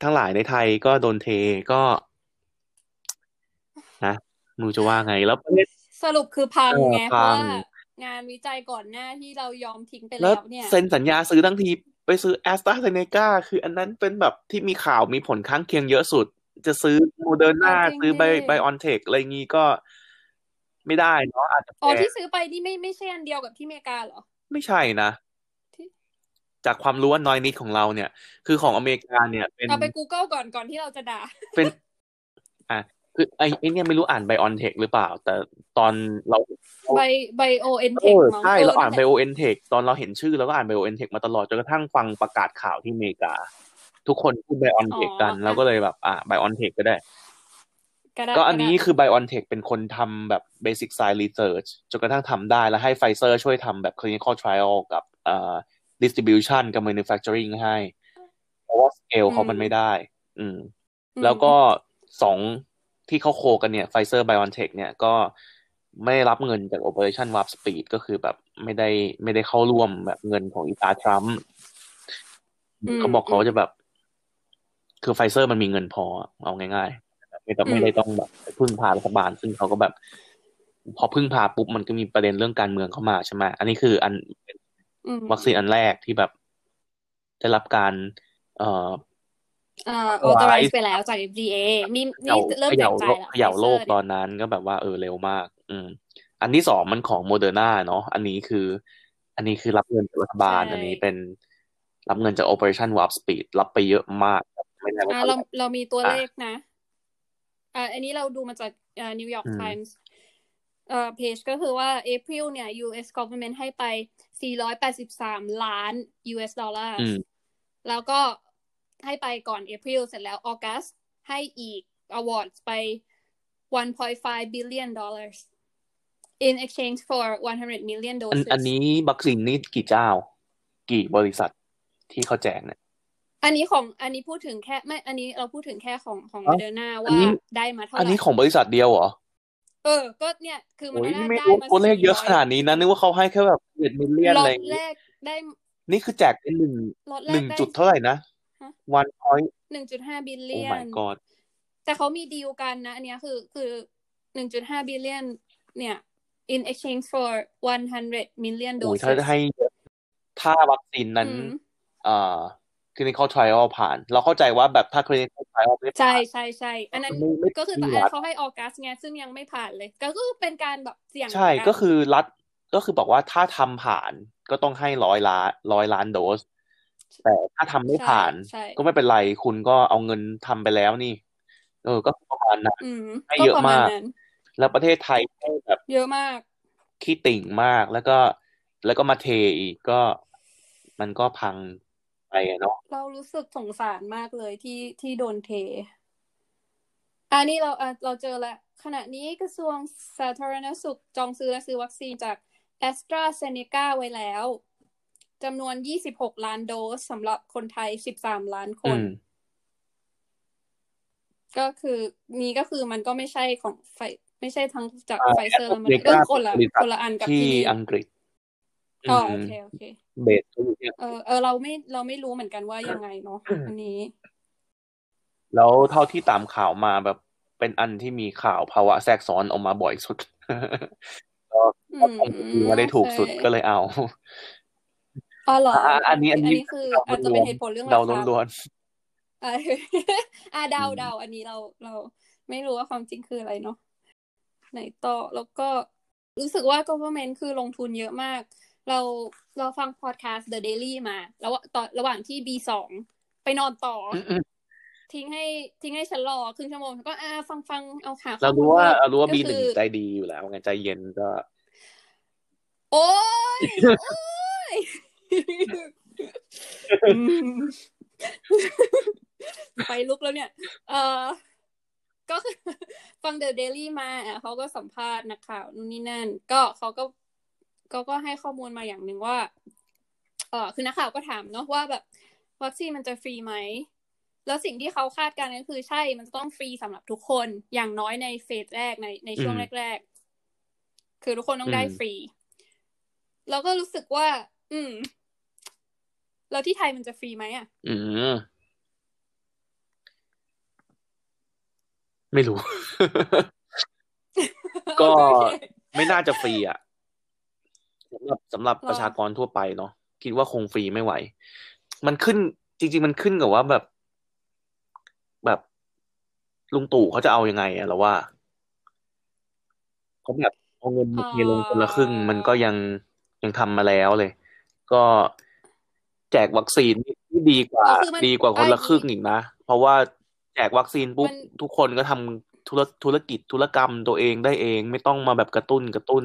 [SPEAKER 3] ทั้งหลายในไทยก็โดนเทก็นะไมูจะว่าไงแล้วประเทศ
[SPEAKER 1] สรุปคือพังไง
[SPEAKER 3] เออ
[SPEAKER 1] เพราะ
[SPEAKER 3] พัง
[SPEAKER 1] ว่างานวิจัยก่อนหน้าที่เรายอมทิ้งไป
[SPEAKER 3] แล้
[SPEAKER 1] แล้ว วเนี่ย
[SPEAKER 3] เซ็นสัญญาซื้อทั้งทีไปซื้อแอสตราเซเนกาคืออันนั้นเป็นแบบที่มีข่าวมีผลข้างเคียงเยอะสุด จะซื้อโมเดอร์นา
[SPEAKER 1] เอาจริง
[SPEAKER 3] ซื้อไบ
[SPEAKER 1] ดิ
[SPEAKER 3] ไบออนเทคอะไรงี้ก็ไม่ได้เนาะอาจจะ
[SPEAKER 1] อ๋อ
[SPEAKER 3] แพง
[SPEAKER 1] ที่ซื้อไปนี่ไม่ไม่ใช่อันเดียวกับที่อเมริกาเหรอ
[SPEAKER 3] ไม่ใช่นะ จากความรู้อันน้อยนิดของเราเนี่ย คือของอเมริกาเนี่ยเป็น
[SPEAKER 1] เราไป Google ก่อนก่อนที่เราจะด่า
[SPEAKER 3] เป็นอ่ะคือไอ้ไอ้เนี่ยไม่รู้อ่านไบออนเทคหรือเปล่า แต่ตอนเรา
[SPEAKER 1] ไบไบโอเอ็นเท
[SPEAKER 3] เอ
[SPEAKER 1] ค
[SPEAKER 3] อ
[SPEAKER 1] มั้ง
[SPEAKER 3] ใช่เราอ่านไบ
[SPEAKER 1] แหละ
[SPEAKER 3] โอเอ็นเทคตอนเราเห็นชื่อเราก็อ่านไบโอเอ็นเทคมาตลอดจนกระทั่งฟังประกาศข่าวที่อเมริกา ทุกคนพูดไบออนเทคกันเราก็เลยแบบอ่ะไบออนเทคก็ได้
[SPEAKER 1] ระดาษ
[SPEAKER 3] ก็อัน
[SPEAKER 1] ระดาษ
[SPEAKER 3] นี้คือไบออนเทคเป็นคนทำแบบเบสิ c ไซ i ์รีเ e ิร์ชจนกระทั่งทำได้แล้วให้ไฟเซอร์ช่วยทำแบบ clinical trial กับเอ่อ distribution กับ manufacturing ให้ เพราะว่าสเกลเขามันไม่ได้ อืม แล้วก็สองที่เขาโคกันเนี่ยไฟเซอร์ไบออนเทคเนี่ยก็ไม่ได้รับเงินจาก Operation Warp Speed ก็คือแบบไม่ได้ไม่ได้เข้าร่วมแบบเงินของอีตาทรัมป์เขาบอกเขาจะแบบ คือไฟเซอร์มันมีเงินพอเอาง่ายๆไม่ต้องไม่ได้ต้องแบบพึ่งพารัฐบาล ซึ่งเขาก็แบบ พอพึ่งพาปุ๊บมันก็มีประเด็นเรื่องการเมืองเข้ามาใช่ไหมอันนี้คืออัน
[SPEAKER 1] อืม
[SPEAKER 3] วัคซีนอันแรกที่แบบได้รับการ เอ่อ
[SPEAKER 1] อ่าโอ
[SPEAKER 3] authorized
[SPEAKER 1] ตอไรไปแล้วจาก FDA นี่
[SPEAKER 3] เขย่า
[SPEAKER 1] นี่เริ่ม
[SPEAKER 3] เข
[SPEAKER 1] แปล
[SPEAKER 3] ย่าก
[SPEAKER 1] ใจ
[SPEAKER 3] โลก
[SPEAKER 1] แล้ว
[SPEAKER 3] เขย่าโลก
[SPEAKER 1] ไฟเซอร์
[SPEAKER 3] ต
[SPEAKER 1] เนี่ย
[SPEAKER 3] อนนั้นก็แบบว่าเออเร็วมาก อืม อันที่สองมันของโมเดอร์นาเนาะอันนี้คือ อันนี้คือรับเงินจากรัฐบาล อันนี้เป็นรับเงินจาก Operation Warp Speed รับไปเยอะมากไม่แน่ว่า
[SPEAKER 1] อ่า
[SPEAKER 3] เท่าไห
[SPEAKER 1] เรา
[SPEAKER 3] ร่
[SPEAKER 1] เรามีตัว
[SPEAKER 3] อ่ะ
[SPEAKER 1] เลขนะ อ่าอันนี้เราดูมาจากอ่า New York
[SPEAKER 3] อืม
[SPEAKER 1] Times เอ่อ page ก็คือว่า April เนี่ย US government ให้ไป 483 ล้าน US ดอลลาร์
[SPEAKER 3] อืม
[SPEAKER 1] แล้วก็ให้ไปก่อน April เสร็จแล้ว August ให้อีก awards ไป 1.5 billion dollars in exchange for 100 million
[SPEAKER 3] อัน
[SPEAKER 1] doses
[SPEAKER 3] อันนี้วัคซีนนี่กี่เจ้า กี่บริษัทที่เขาแจกเนี่ย
[SPEAKER 1] อันนี้ของอันนี้พูดถึงแค่ไม่อันนี้เราพูดถึงแค่ของของ
[SPEAKER 3] เอ้า
[SPEAKER 1] เดอร์นา
[SPEAKER 3] อัน
[SPEAKER 1] ว่า
[SPEAKER 3] นี้
[SPEAKER 1] ได้มาเท่าไห
[SPEAKER 3] อันนี้
[SPEAKER 1] ร่
[SPEAKER 3] ของบริษัทเดียวเหรอ
[SPEAKER 1] เออ ก็เนี่ย คือมัน
[SPEAKER 3] โอ้ย
[SPEAKER 1] ได้
[SPEAKER 3] ไม่
[SPEAKER 1] ได้
[SPEAKER 3] รู้
[SPEAKER 1] มา
[SPEAKER 3] ตัวเลขเยอะ
[SPEAKER 1] 400
[SPEAKER 3] ขนาดนี้นะนึกว่าเขาให้แค่แบบเจ็ดมิลเลียน
[SPEAKER 1] ล็
[SPEAKER 3] อะ
[SPEAKER 1] อ
[SPEAKER 3] ไรอ
[SPEAKER 1] ต
[SPEAKER 3] ย่าง
[SPEAKER 1] แร
[SPEAKER 3] งี้
[SPEAKER 1] กได้
[SPEAKER 3] นี่คือแจกเป็นหนึ่ง
[SPEAKER 1] ล็อตแร
[SPEAKER 3] ห
[SPEAKER 1] ก
[SPEAKER 3] นึ่ง
[SPEAKER 1] ได้
[SPEAKER 3] จุดเท่าไหร่นะ
[SPEAKER 1] ฮะ
[SPEAKER 3] วันพอย
[SPEAKER 1] หนึ่งจุดห้าบิล
[SPEAKER 3] โอ้
[SPEAKER 1] เลีย
[SPEAKER 3] my
[SPEAKER 1] น
[SPEAKER 3] god
[SPEAKER 1] แต่เขามีดีลกันนะ อันเนี้ยคือคือหนึ่งจุดห้าบิลเลียนเนี่ย in exchange for 100 million
[SPEAKER 3] โอ้ย
[SPEAKER 1] doses
[SPEAKER 3] ถ้าให้ถ้าวัคซีนนั้น
[SPEAKER 1] อืม
[SPEAKER 3] เอ่อ clinical trial ผ่าน เราเข้าใจว่าแบบถ้า clinical trial ไม่ผ่า
[SPEAKER 1] ใช่
[SPEAKER 3] น
[SPEAKER 1] ใช่ใช่อันนั้น
[SPEAKER 3] ไม่ไม่
[SPEAKER 1] ก็คือตอน
[SPEAKER 3] ไม่
[SPEAKER 1] อัน
[SPEAKER 3] รั
[SPEAKER 1] นั้
[SPEAKER 3] ด
[SPEAKER 1] นเขาให้ออกัสไงซึ่งยังไม่ผ่านเลย ก็คือเป็นการแบบเสี่ยง
[SPEAKER 3] ใช่
[SPEAKER 1] เหมือน
[SPEAKER 3] ก็
[SPEAKER 1] น
[SPEAKER 3] คือรัฐก็คือบอกว่าถ้าทำผ่านก็ต้องให้ร้อยล้านร้อยล้านโดส แต่ถ้าทำไม่
[SPEAKER 1] ใช่
[SPEAKER 3] ผ่าน
[SPEAKER 1] ใช่
[SPEAKER 3] ก็ไม่เป็นไร คุณก็เอาเงินทำไปแล้วนี่ เออ ก็ประมาณนั้น
[SPEAKER 1] อืม
[SPEAKER 3] ให้
[SPEAKER 1] ก็
[SPEAKER 3] เยอะ
[SPEAKER 1] ประ
[SPEAKER 3] มา
[SPEAKER 1] มาณ
[SPEAKER 3] ก
[SPEAKER 1] นั้น
[SPEAKER 3] แล้วประเทศไทยให้แบบ
[SPEAKER 1] เยอะมาก
[SPEAKER 3] ขี้ติ่งมากแล้วก็ แล้วก็มาเทอีกก็มันก็พังไปอะเนาะ
[SPEAKER 1] เรารู้สึกสงสารมากเลยที่ที่โดนเท อันนี้เราอ่ะเราเจอแล้ว ขณะนี้กระทรวงสาธารณสุขจองซื้อและซื้อวัคซีนจาก a s t r a z เซ e c a ไว้แล้วจำนวน 26 ล้านโดสสำหรับคนไทย 13 ล้านค
[SPEAKER 3] อื
[SPEAKER 1] น
[SPEAKER 3] ม
[SPEAKER 1] ก็คือนี่ก็คือมันก็ไม่ใช่ของไฟไม่ใช่ทั้งจาก
[SPEAKER 3] ใช่
[SPEAKER 1] ไฟเซอร์และมัน
[SPEAKER 3] เม
[SPEAKER 1] ก็
[SPEAKER 3] กา
[SPEAKER 1] คนละ
[SPEAKER 3] บริษั
[SPEAKER 1] ค
[SPEAKER 3] ท
[SPEAKER 1] นละอันกับ
[SPEAKER 3] ที่
[SPEAKER 1] ที่
[SPEAKER 3] อังกฤษ
[SPEAKER 1] อ๋อ
[SPEAKER 3] ม
[SPEAKER 1] โอเคโอเค
[SPEAKER 3] เบสก็อยู่ที่
[SPEAKER 1] เออเออเราไม่เราไม่รู้เหมือนกันว่ายังไงเนาะอันนี้
[SPEAKER 3] แล้วเท่าที่ตามข่าวมาแบบเป็นอันที่มีข่าวภาวะแทรกซ้อนออกมาบ่อยสุด ก็
[SPEAKER 1] อื
[SPEAKER 3] ก็
[SPEAKER 1] ม
[SPEAKER 3] คงคิดว่าได้ถูกสุด
[SPEAKER 1] โอเค
[SPEAKER 3] ก็เลยเอา
[SPEAKER 1] อ๋อเหรอ
[SPEAKER 3] อ่ะอ่ะ
[SPEAKER 1] อั
[SPEAKER 3] อันนี้อัน
[SPEAKER 1] อัน
[SPEAKER 3] นี้
[SPEAKER 1] นี้คือ
[SPEAKER 3] เรา
[SPEAKER 1] อาจจะ
[SPEAKER 3] ล้
[SPEAKER 1] เป็
[SPEAKER 3] วน น
[SPEAKER 1] เหตุผลเรื่อง
[SPEAKER 3] ๆ
[SPEAKER 1] รา
[SPEAKER 3] เรา
[SPEAKER 1] คา
[SPEAKER 3] ล้วน
[SPEAKER 1] อ่า อ่าเดาเดาอันนี้เราเราไม่รู้ว่าความจริงคืออะไรเนาะไหนต่อแล้วก็ รู้สึกว่า government คือลงทุนเยอะมาก เราเราฟัง podcast The Daily มาแล้วว่าตอนระหว่างที่ B สองไปนอนต่ออ
[SPEAKER 3] อืม
[SPEAKER 1] ทิ้งให้ทิ้งให้ฉันรอครึ่งชั่วโมงฉันก็อ่าฟังฟังเอาข่าว
[SPEAKER 3] ๆเรารู้ว่าเรารู้ว่า
[SPEAKER 1] ก็
[SPEAKER 3] บี
[SPEAKER 1] คือ
[SPEAKER 3] หนึ่งใจดีอยู่แล้วไงใจเย็นก็
[SPEAKER 1] โอ้ย โอ้ ยอืมไปลุกแล้วเนี่ย เออก็คือฟังเดอะเดลี่มาอ่ะเขาก็สัมภาษณ์นักข่าวนู่นนี่นั่น ก็เขาก็เขาก็ให้ข้อมูลมาอย่างหนึ่งว่า เออคือนักข่าวก็ถามเนาะว่าแบบ วัคซีนมันจะฟรีไหม แล้วสิ่งที่เขาคาดการณ์ก็คือใช่ มันจะต้องฟรีสำหรับทุกคน อย่างน้อยในเฟสแรกในในช่วง
[SPEAKER 3] อืม
[SPEAKER 1] แรก ๆ คือทุกคนต้องได้
[SPEAKER 3] อืม
[SPEAKER 1] ฟรี เราก็รู้สึกว่า อืม แล้วที่ไทยมันจะฟรีไหมอ่ะ
[SPEAKER 3] อืมไม่รู้ ก็
[SPEAKER 1] โอเค
[SPEAKER 3] ไม่น่าจะฟรีอ่ะสำหรับสำหรับ
[SPEAKER 1] หรอ
[SPEAKER 3] ประชากรทั่วไปเนาะคิดว่าคงฟรีไม่ไหว มันขึ้น จริง ๆ มันขึ้นกับว่าแบบ แบบลุงตู่เขาจะเอายังไงอะเราว่าเขาแบบเอาเงินมาเทลงคนละครึ่ง มันก็ยังยังทำมาแล้วเลย ก็แจกวัคซีนที่ดีกว่า
[SPEAKER 1] เออคือมัน
[SPEAKER 3] ดีกว่าคนละครึ่งอีกนะ เพราะว่าแจกวัคซีนปุ๊บ
[SPEAKER 1] มัน
[SPEAKER 3] ทุกคนก็ทำธุรธุรกิจธุรกรรมตัวเองได้เอง ไม่ต้องมาแบบกระตุ้นกระตุ้น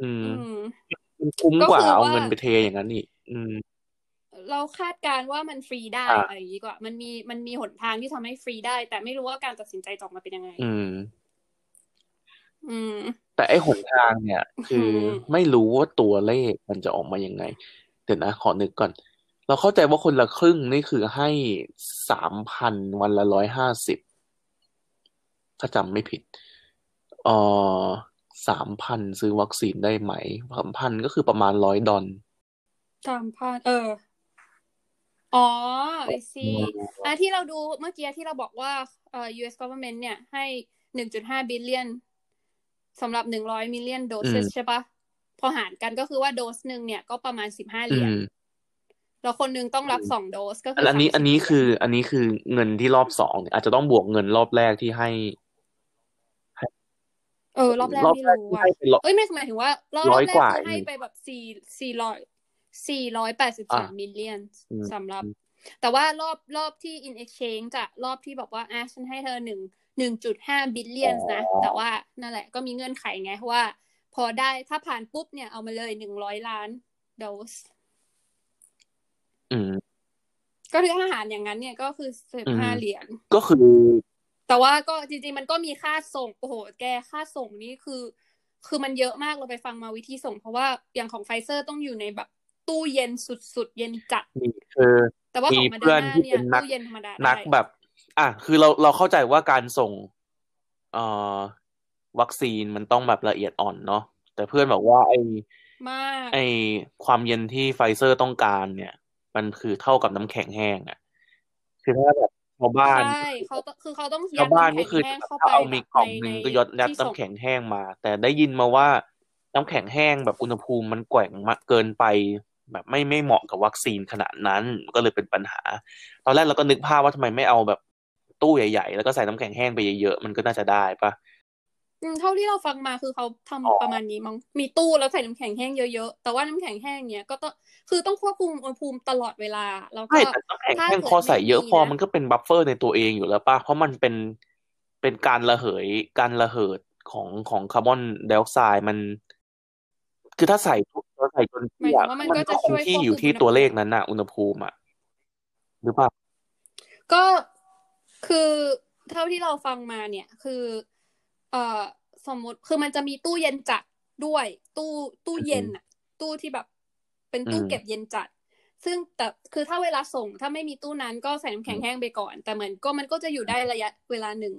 [SPEAKER 3] อืม
[SPEAKER 1] อืม
[SPEAKER 3] มันคุ้มกว่า
[SPEAKER 1] ก็คือว่า
[SPEAKER 3] เอาเงินไปเทอย่างนั้นอีกอืม
[SPEAKER 1] เราคาดการณ์ว่ามันฟรีได้
[SPEAKER 3] อ่ะ
[SPEAKER 1] อะไรอย่างนี้ดีกว่า มันมีมันมีหนทางที่ทำให้ฟรีได้ แต่ไม่รู้ว่าการตัดสินใจจะออกมาเป็นยังไง
[SPEAKER 3] อืม
[SPEAKER 1] อืม
[SPEAKER 3] แต่ไอ้หนทางเนี่ย คื
[SPEAKER 1] อ
[SPEAKER 3] อ
[SPEAKER 1] ืม
[SPEAKER 3] ไม่รู้ว่าตัวเลขมันจะออกมายังไง เดี๋ยวนะขอนึกก่อน เราเข้าใจว่าคนละครึ่งนี่คือให้สามพันวันละร้อยห้าสิบถ้าจำไม่ผิดเออสามพันซื้อวัคซีนได้ไหมสามพันก็คือประมาณร้อยดอล
[SPEAKER 1] สามพันเออ อ๋อไอซีอ่ะที่เราดูเมื่อกี้ที่เราบอกว่าเอ่อ US government เนี่ย ให้หนึ่งจุดห้า billion สำหรับหนึ่งร้อย million doses ใช่ปะพอหารกันก็คือว่าโดสหนึ่งเนี่ยก็ประมาณสิบห้าเห
[SPEAKER 3] อื
[SPEAKER 1] รียญ
[SPEAKER 3] ม
[SPEAKER 1] แล้วคนหนึงต้องรับสองโดสก็คื
[SPEAKER 3] อันอันนี้
[SPEAKER 1] 30
[SPEAKER 3] อันนี้
[SPEAKER 1] เหรียญ
[SPEAKER 3] คือ อันนี้คือเงินที่รอบสองเนี่ยอาจจะต้องบวกเงินรอบแรกที่ให้
[SPEAKER 1] เออรอบแรก
[SPEAKER 3] รอบ
[SPEAKER 1] ไม่
[SPEAKER 3] แรก
[SPEAKER 1] รู้
[SPEAKER 3] ที่
[SPEAKER 1] ว่ะ
[SPEAKER 3] ให้ไปร้อย
[SPEAKER 1] เอ้ยไม่หมายถึงว่า รอบ
[SPEAKER 3] ร้อย
[SPEAKER 1] แร
[SPEAKER 3] กว่า
[SPEAKER 1] คือให้ไปแบบสี่สี่ร้อยสี่ร้อยแปดสิบสามมิลเลียน
[SPEAKER 3] อืม
[SPEAKER 1] สำหรับ แต่ว่ารอบรอบที่ in exchange จะรอบที่บอกว่าอ่ะฉันให้เธอหนึ่งหนึ่งจุดห้าบิลเลียนนะ แต่ว่านั่นแหละก็มีเงื่อนไขไงว่า พอได้ถ้าผ่านปุ๊บเนี่ยเอามาเลยหนึ่งร้อยล้านโดส
[SPEAKER 3] อืม
[SPEAKER 1] ก็คือถ้าหารอย่างนั้นเนี่ยก็คือสิบห้า
[SPEAKER 3] อืม
[SPEAKER 1] เหรียญ
[SPEAKER 3] ก็คือ
[SPEAKER 1] แต่ว่าก็จริงๆ มันก็มีค่าส่ง โอ้โห แกค่าส่งนี่คือ คือมันเยอะมากเราไปฟังมาวิธีส่ง เพราะว่าอย่างของไฟเซอร์ต้องอยู่ในแบบตู้เย็นสุดๆ เย็นจัด
[SPEAKER 3] นี่คือ
[SPEAKER 1] แต่ว่าของ
[SPEAKER 3] มี
[SPEAKER 1] มาเด
[SPEAKER 3] เพื่
[SPEAKER 1] อ
[SPEAKER 3] อน
[SPEAKER 1] ร์นา
[SPEAKER 3] ที่
[SPEAKER 1] เนี่
[SPEAKER 3] เป็
[SPEAKER 1] ย
[SPEAKER 3] นนัก
[SPEAKER 1] ตู้เย็นธรรมดา
[SPEAKER 3] นั
[SPEAKER 1] ได้
[SPEAKER 3] กแบบ อ่ะคือเราเราเข้าใจว่าการส่งเอ่อวัคซีนมันต้องแบบละเอียดอ่อนเนาะแต่เพื่อนบอกว่าไอ
[SPEAKER 1] มาก
[SPEAKER 3] ไอความเย็นที่ไฟเซอร์ต้องการเนี่ย มันคือเท่ากับน้ำแข็งแห้งอ่ะคือถ้าแบบชาวบ้าน
[SPEAKER 1] ใช่เขาต้องคือเขาต้องยั
[SPEAKER 3] ชา
[SPEAKER 1] ด
[SPEAKER 3] วบ้าน
[SPEAKER 1] น้ำ
[SPEAKER 3] ก็
[SPEAKER 1] แข็ง
[SPEAKER 3] คือ
[SPEAKER 1] แห้งเข้าไป
[SPEAKER 3] ถ้าเอามีกล่องห
[SPEAKER 1] ใน
[SPEAKER 3] นึ่ง
[SPEAKER 1] ใน
[SPEAKER 3] ก็ยัดยัด
[SPEAKER 1] ที่ส่ง
[SPEAKER 3] น้ำแข็งแห้งมา แต่ได้ยินมาว่าน้ำแข็งแห้งแบบอุณหภูมิมันแกว่งมากเกินไป แบบไม่ไม่เหมาะกับวัคซีนขนาดนั้นก็เลยเป็นปัญหา ตอนแรกเราก็นึกภาพว่าทำไมไม่เอาแบบตู้ใหญ่ ๆ แล้วก็ใส่น้ำแข็งแห้งไปเยอะๆมันก็น่าจะได้ปะ
[SPEAKER 1] อืมเท่าที่เราฟังมาคือเขาทำ
[SPEAKER 3] อ๋อ
[SPEAKER 1] ประมาณนี้มั้งมีตู้แล้วใส่น้ำแข็งแห้งเยอะๆ แต่ว่าน้ำแข็งแห้งเนี่ยก็ต้องคือต้องควบคุมอุณหภูมิตลอดเวลาแล้วก็
[SPEAKER 3] ใช่แต่น้ำแข็งแห้ง
[SPEAKER 1] ถ้าเกิด
[SPEAKER 3] พอใส่เยอะ
[SPEAKER 1] ไม่มี
[SPEAKER 3] พอ
[SPEAKER 1] นะ
[SPEAKER 3] มันก็เป็นบัฟเฟอร์ในตัวเองอยู่แล้วป่ะ เพราะมันเป็นเป็นการระเหยการระเหิดของของคาร์บอนไดออกไซด์มัน คือถ้าใส่ทุกถ้าใส่จน
[SPEAKER 1] หมาย
[SPEAKER 3] ที่
[SPEAKER 1] ถึ
[SPEAKER 3] อะ
[SPEAKER 1] งว่ามัน
[SPEAKER 3] มัน
[SPEAKER 1] ก็
[SPEAKER 3] ก็
[SPEAKER 1] จะ
[SPEAKER 3] ค
[SPEAKER 1] ช่
[SPEAKER 3] ง
[SPEAKER 1] วยค
[SPEAKER 3] ที่
[SPEAKER 1] วบคุม
[SPEAKER 3] อยู่ที่
[SPEAKER 1] อุณหภูมิ
[SPEAKER 3] ตัวเลขนั้นน่ะ อุณหภูมิอ่ะหรือเปล่า
[SPEAKER 1] ก็คือเท่าที่เราฟังมาเนี่ยคือเอ่อสมมติคือมันจะมีตู้เย็นจัดด้วย ตู้ตู้เย็นอะตู้ที่แบบ เป็นตู้
[SPEAKER 3] อืม
[SPEAKER 1] เก็บเย็นจัด ซึ่งแต่คือถ้าเวลาส่ง ถ้าไม่มีตู้นั้นก็ใส่น้ำแข็งแห้งไปก่อน แต่เหมือนก็มันก็จะอยู่ได้ระยะเวลาหนึ่ง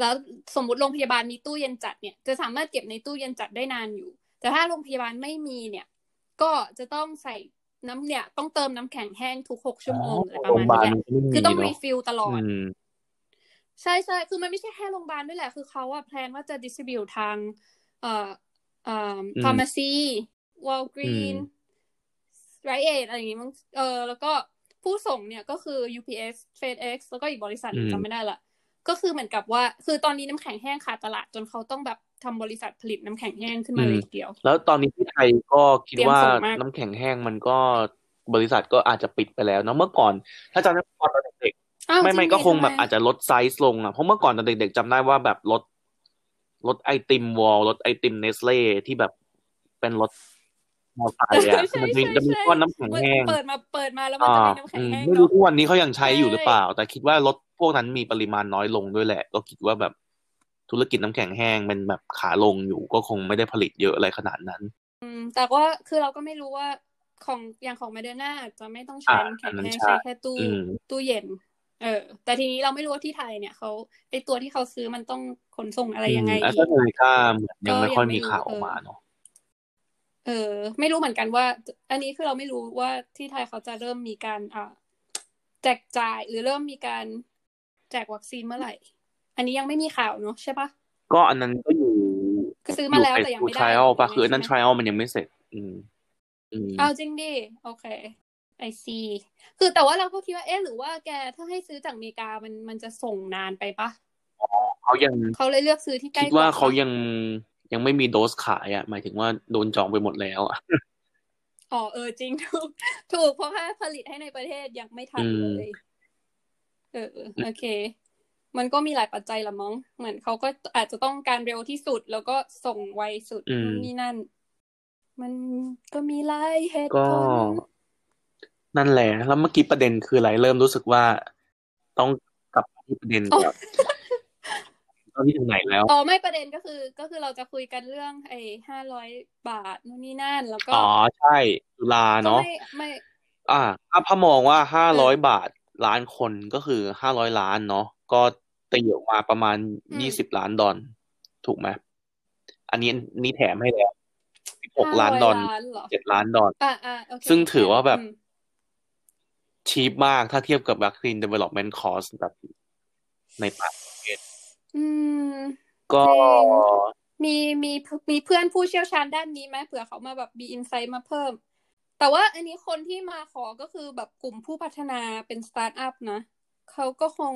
[SPEAKER 1] แล้วสมมติโรงพยาบาลมีตู้เย็นจัดเนี่ยจะสามารถเก็บในตู้เย็นจัดได้นานอยู่ แต่ถ้าโรงพยาบาลไม่มีเนี่ย ก็จะต้องใส่น้ำเนี่ย ต้องเติมน้ำแข็งแห้งทุกหกชั่วโมงอะไรประ
[SPEAKER 3] โรงพ
[SPEAKER 1] มาณ
[SPEAKER 3] ยาบา
[SPEAKER 1] นี้
[SPEAKER 3] ล
[SPEAKER 1] แหละ
[SPEAKER 3] มันก็ไม่มี
[SPEAKER 1] คือต้อง
[SPEAKER 3] เน
[SPEAKER 1] รี
[SPEAKER 3] อะ
[SPEAKER 1] ฟิลตลอด
[SPEAKER 3] อืม
[SPEAKER 1] ใช่ใช่คือมันไม่ใช่แค่โรงพยาบาลด้วยแหละ คือเขาอะแพลนว่าจะดิส r i บิวทาง เอ่อเอ่อ
[SPEAKER 3] อืม
[SPEAKER 1] ฟาร์มาซีวอลกรีน
[SPEAKER 3] อืม
[SPEAKER 1] ไรเอทอะไรอย่างงี้มั้งเออ แล้วก็ผู้ส่งเนี่ยก็คือ UPS FedEx แล้วก็อีกบริษัทหนึ่งจำไม่ได้ละ ก็คือเหมือนกับว่า คือตอนนี้น้ำแข็งแห้งขาดตลาดจนเขาต้องแบบ ทำบริษัทผลิตน้ำแข็งแห้งขึ้นมาเลยทีเดียว
[SPEAKER 3] แล้วตอนนี้ที่ไทยก็คิด
[SPEAKER 1] เตรียม
[SPEAKER 3] ว่า
[SPEAKER 1] ส่งมาก
[SPEAKER 3] น้ำแข็งแห้งมันก็บริษัทก็อาจจะปิดไปแล้วเนาะเมื่อก่อน ถ้าจำได้เมื่อก่อนตอนเด็ก
[SPEAKER 1] อ้าว
[SPEAKER 3] ๆไม่
[SPEAKER 1] จริ
[SPEAKER 3] ไม่
[SPEAKER 1] ง
[SPEAKER 3] ก็
[SPEAKER 1] ดิ
[SPEAKER 3] คงแบบ
[SPEAKER 1] ทำไม
[SPEAKER 3] อาจจะลดไซส์ลงอ่ะเพราะเมื่อก่อนตอนเด็กๆจำได้ว่าแบบรถรถไอติมวอลรถไอติมเนสเล่ที่แบบเป็นรถมอเตอร์ไซค์อ่ะ
[SPEAKER 1] ใช่
[SPEAKER 3] มันจะ
[SPEAKER 1] ใช่
[SPEAKER 3] มีจะมี
[SPEAKER 1] ใช่
[SPEAKER 3] ก้อนน้ำแข็งแห้ง
[SPEAKER 1] เปิดมาเปิดมาแล้วมัน
[SPEAKER 3] อ่า
[SPEAKER 1] จะเป็นน้ำแข็
[SPEAKER 3] อื
[SPEAKER 1] ง
[SPEAKER 3] ม
[SPEAKER 1] แห้ง
[SPEAKER 3] ไม่
[SPEAKER 1] เน
[SPEAKER 3] รู้
[SPEAKER 1] อะ
[SPEAKER 3] ทุกวันนี้เขายังใช้อยู่หรือ
[SPEAKER 1] ใช่
[SPEAKER 3] เปล่า แต่คิดว่ารถพวกนั้นมีปริมาณน้อยลงด้วยแหละ ก็คิดว่าแบบธุรกิจน้ำแข็งแห้งมันแบบขาลงอยู่ ก็คงไม่ได้ผลิตเยอะอะไรขนาดนั้น
[SPEAKER 1] อืมแต่ว่าคือเราก็ไม่รู้ว่าของอย่างของ m มเดอร์นาจะไม่ต้องใช้
[SPEAKER 3] อ่า
[SPEAKER 1] น้ำแข็
[SPEAKER 3] อั
[SPEAKER 1] ง
[SPEAKER 3] นนั้น
[SPEAKER 1] แห้ง
[SPEAKER 3] ใช่
[SPEAKER 1] ใช้แค่ตู้
[SPEAKER 3] อืม
[SPEAKER 1] ตู้เย็น เออ แต่ทีนี้เราไม่รู้ว่าที่ไทยเนี่ยเขาไอตัวที่เขาซื้อมันต้องขนส่งอะไรยังไง
[SPEAKER 3] แอส
[SPEAKER 1] อี
[SPEAKER 3] ตราก เซเนกาเหมือนยังไม่
[SPEAKER 1] ก็ยัง
[SPEAKER 3] ค่อย
[SPEAKER 1] ไม่
[SPEAKER 3] มี
[SPEAKER 1] รู้
[SPEAKER 3] ข่าวออก
[SPEAKER 1] เออ
[SPEAKER 3] มาเนาะ
[SPEAKER 1] เออ ไม่รู้เหมือนกันว่า อันนี้คือเราไม่รู้ว่าที่ไทยเขาจะเริ่มมีการอ่าแจกจ่ายหรือเริ่มมีการแจกวัคซีนเมื่อไหร่ อันนี้ยังไม่มีข่าวเนอะใช่ปะ
[SPEAKER 3] ก็อันนั้นก็อยู่
[SPEAKER 1] คือซื้อ
[SPEAKER 3] อ
[SPEAKER 1] มา
[SPEAKER 3] ยู่
[SPEAKER 1] แล้ว
[SPEAKER 3] เฟส
[SPEAKER 1] แต่ยัง
[SPEAKER 3] ทู
[SPEAKER 1] ไม่
[SPEAKER 3] ท
[SPEAKER 1] ได้
[SPEAKER 3] ริอัลป่ะคืออันนั้น
[SPEAKER 1] ใช่ไห
[SPEAKER 3] ท
[SPEAKER 1] ม
[SPEAKER 3] ริอัลมันยังไม่เสร็จ อืม อืม
[SPEAKER 1] เอาจริงดิโอเค ไอซีคือแต่ว่าเราก็คิดว่าเอ๊ะหรือว่าแกถ้าให้ซื้อจากอเมริกามันมันจะส่งนานไปปะ
[SPEAKER 3] เขายัง
[SPEAKER 1] เขาเลยเลือกซื้อที่ใกล้
[SPEAKER 3] คิดว่า
[SPEAKER 1] ปะ
[SPEAKER 3] เขายังยังไม่มีโดสขายอ่ะ หมายถึงว่าโดนจองไปหมดแล้วอ่ะ
[SPEAKER 1] อ๋อเออจริง ถูกถูกเพราะว่าผลิตให้ในประเทศยังไม่ทัน
[SPEAKER 3] อืม
[SPEAKER 1] เลยเออโอเค มันก็มีหลายปัจจัยละมั้งเหมือนเขาก็อาจจะต้องการเร็วที่สุด แล้วก็ส่งไวสุด
[SPEAKER 3] อืม
[SPEAKER 1] นู่นนี่นั่น มันก็มีหลายเหตุผ
[SPEAKER 3] ก็
[SPEAKER 1] ล
[SPEAKER 3] นั่นแหละ แล้วเมื่อกี้ประเด็นคืออะไรเริ่มรู้สึกว่า ต้องกลับมาที่ประเด็นก่อนตอนนี้ถึงไหนแล้ว
[SPEAKER 1] อ๋อไม่ประเด็นก็คือ ก็คือเราจะคุยกันเรื่องไอ้ห้าร้อยบาทนู่นนี่นั่น แล้วก็
[SPEAKER 3] อ๋อใช่จุฬา
[SPEAKER 1] ก็
[SPEAKER 3] เนาะ
[SPEAKER 1] ไม่ไม่
[SPEAKER 3] อ่าถ้าพมองว่าห้าร้อยบาทล้านคนก็คือห้าร้อยล้านเนาะก็ตีออกมาประมาณ
[SPEAKER 1] อื
[SPEAKER 3] ยี่
[SPEAKER 1] ม
[SPEAKER 3] สิบล้านดอลถูกไหมอันนี้อันนี่แถมให้แล้วสิบหก
[SPEAKER 1] ห้า
[SPEAKER 3] ล้าน
[SPEAKER 1] ร้อย
[SPEAKER 3] ดอล
[SPEAKER 1] ล้านเหรอ
[SPEAKER 3] เจ็ดล้านดอล
[SPEAKER 1] อ่าอ่าโอเค
[SPEAKER 3] ซึ่งถือว่าแบบ
[SPEAKER 1] ม
[SPEAKER 3] ชีพมากถ้าเทียบกับวัคซีน development cost แบบในต่างประเทศ
[SPEAKER 1] อืม
[SPEAKER 3] ก็
[SPEAKER 1] จริง มีมีมีเพื่อนผู้เชี่ยวชาญด้านนี้ไหมเผื่อเขามาแบบมีอินไซต์มาเพิ่ม แต่ว่าอันนี้คนที่มาขอก็คือแบบกลุ่มผู้พัฒนาเป็นสตาร์ทอัพนะ เขาก็คง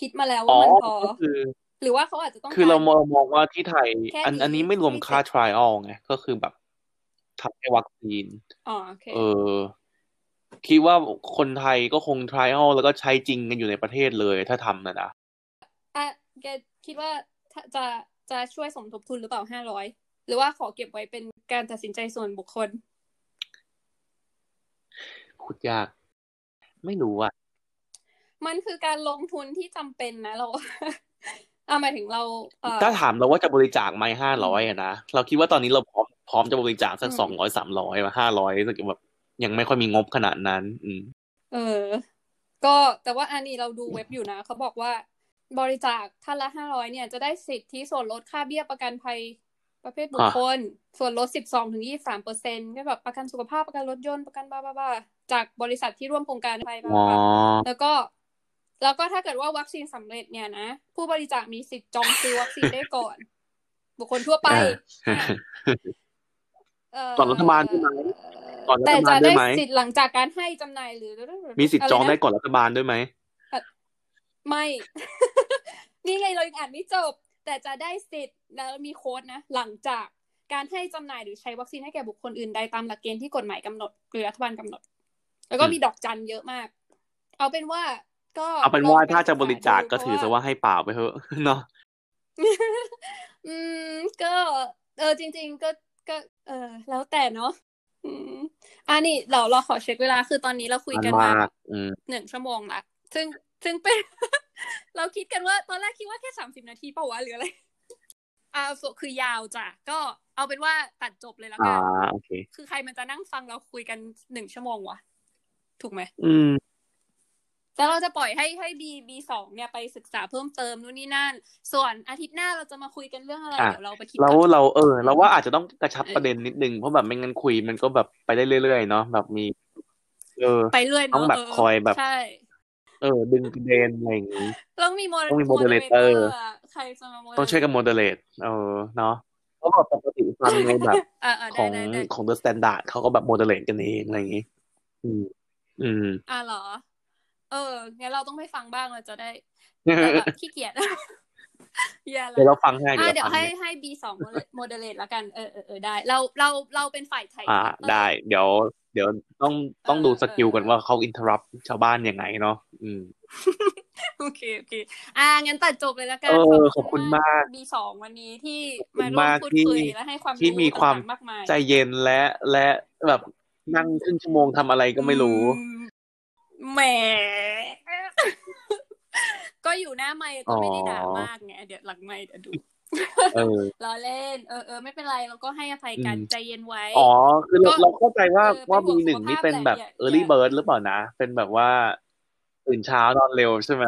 [SPEAKER 1] คิดมาแล้ว
[SPEAKER 3] อ๋
[SPEAKER 1] ว่า
[SPEAKER 3] อ
[SPEAKER 1] มันพอ
[SPEAKER 3] ก็คือ
[SPEAKER 1] หรือว่าเขาอาจจะต้อง
[SPEAKER 3] คือ
[SPEAKER 1] การ
[SPEAKER 3] เรามองมองว่าที่ไทย
[SPEAKER 1] แค่
[SPEAKER 3] อัน
[SPEAKER 1] นี้
[SPEAKER 3] อันนี้ไม่รวม
[SPEAKER 1] ให้
[SPEAKER 3] ค่า
[SPEAKER 1] เสร็จ
[SPEAKER 3] trial ไงก็คือแบบทำให้วัคซีน
[SPEAKER 1] อ๋อโอเค
[SPEAKER 3] เออ คิดว่าคนไทยก็คง trial แล้วก็ใช้จริงกันอยู่ในประเทศเลยถ้าทำนะนะ
[SPEAKER 1] อ่ะแกคิดว่าถ้าจะจะช่วยสมทบทุนหรือเปล่าห้าร้อยหรือว่าขอเก็บไว้เป็นการตัดสินใจส่วนบุคคล
[SPEAKER 3] พูดยาก ไม่รู้อ่ะ
[SPEAKER 1] มันคือการลงทุนที่จำเป็นนะเรา อ่าหมายถึงเราเอ่อ
[SPEAKER 3] ถ้าถามเราว่าจะบริจาคไหมห้าร้อยนะ เราคิดว่าตอนนี้เราพร้อมพร้อมจะบริจาคสัก
[SPEAKER 1] อืม
[SPEAKER 3] สองร้อยสามร้อยมาห้าร้อยแบบยังไม่ค่อยมีงบขนาดนั้น อืม
[SPEAKER 1] เออ ก็แต่ว่าอันนี้เราดูเว็บอยู่นะ เขาบอกว่าบริจาคท่านละห้าร้อยเนี่ย จะได้สิทธิส่วนลดค่าเบี้ยประกันภัยประเภทบุคคล ส่วนลดสิบสองถึงยี่สามเปอร์เซ็นต์ก็แบบประกันสุขภาพประกันรถยนต์ประกันบ้าบ้าบ้าจากบริษัทที่ร่วมโครงการไปบ้า
[SPEAKER 3] อ๋อ
[SPEAKER 1] บ้าบ้า แล้วก็แล้วก็ถ้าเกิดว่าวัคซีนสำเร็จเนี่ยนะ ผู้บริจาคมีสิทธิ์จองซื้อวัคซีนได้ก่อน บุคคลทั่วไปอ่ะ
[SPEAKER 3] อ่า
[SPEAKER 1] เอ่อ
[SPEAKER 3] ก่อนรัฐบาลใช่ไหม ก่อนรั
[SPEAKER 1] แต่
[SPEAKER 3] ฐบา
[SPEAKER 1] จะ
[SPEAKER 3] ลได้
[SPEAKER 1] ได้
[SPEAKER 3] ไหม
[SPEAKER 1] สิทธิ์หลังจากการให้จำหน่ายหรือ
[SPEAKER 3] มีสิทธิ์จอ
[SPEAKER 1] ะ
[SPEAKER 3] ง
[SPEAKER 1] รนะ
[SPEAKER 3] ได้ก่อนรัฐบาลด้วยไหม
[SPEAKER 1] ไม่ นี่ไงเรายังอ่านไม่จบ แต่จะได้สิทธิ์แล้วมีโค้ดนะ หลังจากการให้จำหน่ายหรือใช้วัคซีนให้แก่บุคคลอื่นใดตามหลักเกณฑ์ที่กฎหมายกำหนด หรือรัฐบาลกำหนด แล้วก็มีดอกจันเยอะมาก เอาเป็นว่าก็
[SPEAKER 3] เอาเป็นว่า
[SPEAKER 1] ลงไ
[SPEAKER 3] ถ้าจะบ
[SPEAKER 1] ศึ
[SPEAKER 3] ริ
[SPEAKER 1] ษ
[SPEAKER 3] จาค
[SPEAKER 1] ดู
[SPEAKER 3] ก็
[SPEAKER 1] เพ
[SPEAKER 3] ถือ
[SPEAKER 1] ระ
[SPEAKER 3] ซะว่าให้เปล่าไปเถอะ เนาะ
[SPEAKER 1] อืมก็เออจริง ๆ ก็ก็ เออแล้วแต่เนาะอืมอ่ะนี่เราเราขอเช็คเวลาคือตอนนี้เราคุย
[SPEAKER 3] มัน
[SPEAKER 1] กั
[SPEAKER 3] มาม
[SPEAKER 1] นาก แบบ
[SPEAKER 3] อืม
[SPEAKER 1] หนึ่งชั่วโมงละซึ่งซึ่งเป็น เราคิดกันว่า ตอนแรกคิดว่าแค่สามสิบนาทีเปล่าวะหรืออะไรอ่าสรุปคือยาวจ้ะก็เอาเป็นว่าตัดจบเลยแล้ว
[SPEAKER 3] อ่า
[SPEAKER 1] กัน
[SPEAKER 3] โอเค
[SPEAKER 1] คือใครมันจะนั่งฟังเราคุยกันหนึ่งชั่วโมงวะถูกไหม
[SPEAKER 3] อืม
[SPEAKER 1] แล้วเราจะปล่อยให้ให้บีบีสองเนี่ยไปศึกษาเพิ่มเติมนู่นนี่นั่น ส่วนอาทิตย์หน้าเราจะมาคุยกันเรื่องอะไร
[SPEAKER 3] อ่ะ
[SPEAKER 1] เดี๋ยวเราไปคิด
[SPEAKER 3] เรา
[SPEAKER 1] ก่อน
[SPEAKER 3] เราเออเราว่าอาจจะต้องกระชับ
[SPEAKER 1] เออ
[SPEAKER 3] ประเด็นนิดนึงเพราะแบบไม่งั้นคุยมันก็แบบไปได้เรื่อยๆเนาะแบบมี เออ
[SPEAKER 1] ไปเรื่อย
[SPEAKER 3] ต้อ
[SPEAKER 1] เนาะ
[SPEAKER 3] งแบบ
[SPEAKER 1] เออ
[SPEAKER 3] คอยแบบ
[SPEAKER 1] ใช่
[SPEAKER 3] เออ ดึงประเด็นอะไรอย่างงี้
[SPEAKER 1] ต้องมีโม
[SPEAKER 3] ต้องมี
[SPEAKER 1] โมเดเลเตอ
[SPEAKER 3] moderator
[SPEAKER 1] ร์อะใครจะมาโมเด
[SPEAKER 3] ต้อง
[SPEAKER 1] เล
[SPEAKER 3] ช่วย
[SPEAKER 1] เตอ
[SPEAKER 3] กั
[SPEAKER 1] น ร์
[SPEAKER 3] โมเดเลตเออเนาะเพราะแบบปกติฟังในแบบ
[SPEAKER 1] อ่าอ่า
[SPEAKER 3] ข
[SPEAKER 1] ได้
[SPEAKER 3] อง
[SPEAKER 1] ได้ได้
[SPEAKER 3] ของ The Standard เขาก็แบบโมเดเลตกันเองอะไรอย่างงี้ อืม อืม
[SPEAKER 1] อ่าเหรอ เอองั้นเราต้องไปฟังบ้างเราจะได้แต่แบบขี้เกียจ อย่าละ
[SPEAKER 3] เดี๋ยวเราฟังให้
[SPEAKER 1] อ่ะเดี๋
[SPEAKER 3] เดี๋
[SPEAKER 1] ย
[SPEAKER 3] ยว วฟัง
[SPEAKER 1] ให้
[SPEAKER 3] ให้
[SPEAKER 1] ให้บีสองโมเดเลตละกันเออเออเออได้ เราเราเราเป็นฝ่ายไทย
[SPEAKER 3] อ่า ได้ เดี๋ยว เดี๋ยวต้องต้องดูสกิลกันว่าเขาอินเทอร์รัปชาวบ้านยังไงเนาะอืม
[SPEAKER 1] โอเคโอเค อ่ะงั้นตัดจบเลยละกัน
[SPEAKER 3] เออขอบคุณมาก
[SPEAKER 1] บีสองวันนี้ที่
[SPEAKER 3] ขอบคุ
[SPEAKER 1] มาร่วม
[SPEAKER 3] ณมาก
[SPEAKER 1] พูด
[SPEAKER 3] ที่
[SPEAKER 1] คุยและให้ความ
[SPEAKER 3] ที่
[SPEAKER 1] รู้
[SPEAKER 3] มีความ
[SPEAKER 1] ต่งๆมากมาย
[SPEAKER 3] ใจเย็นและและแบบนั่งครึ่งชั่วโมงทำอะไรก็ไม่รู้
[SPEAKER 1] อืมแหม ก็อยู่หน้าไมค์ก็ไม่ได้ด่ามากไงเดี๋ยวหลังไมค์เดี๋ยวดู
[SPEAKER 3] เออ
[SPEAKER 1] ล้อเล่นเออเออไม่เป็นไรเราก็ให้อภัยกัน
[SPEAKER 3] อืม
[SPEAKER 1] ใจเย็นไว้
[SPEAKER 3] อ๋อ คือเรา
[SPEAKER 1] ก็
[SPEAKER 3] เราเข้าใจว่า
[SPEAKER 1] เออ
[SPEAKER 3] ว่า
[SPEAKER 1] เป็นห่วง
[SPEAKER 3] มีหนึ่ง
[SPEAKER 1] สุข
[SPEAKER 3] นี่
[SPEAKER 1] ภาพ
[SPEAKER 3] เป็นแบบ
[SPEAKER 1] แหละอย่า
[SPEAKER 3] early bird หรือเปล่านะ เป็นแบบว่า ตื่นเช้านอนเร็ว ใช่ไหม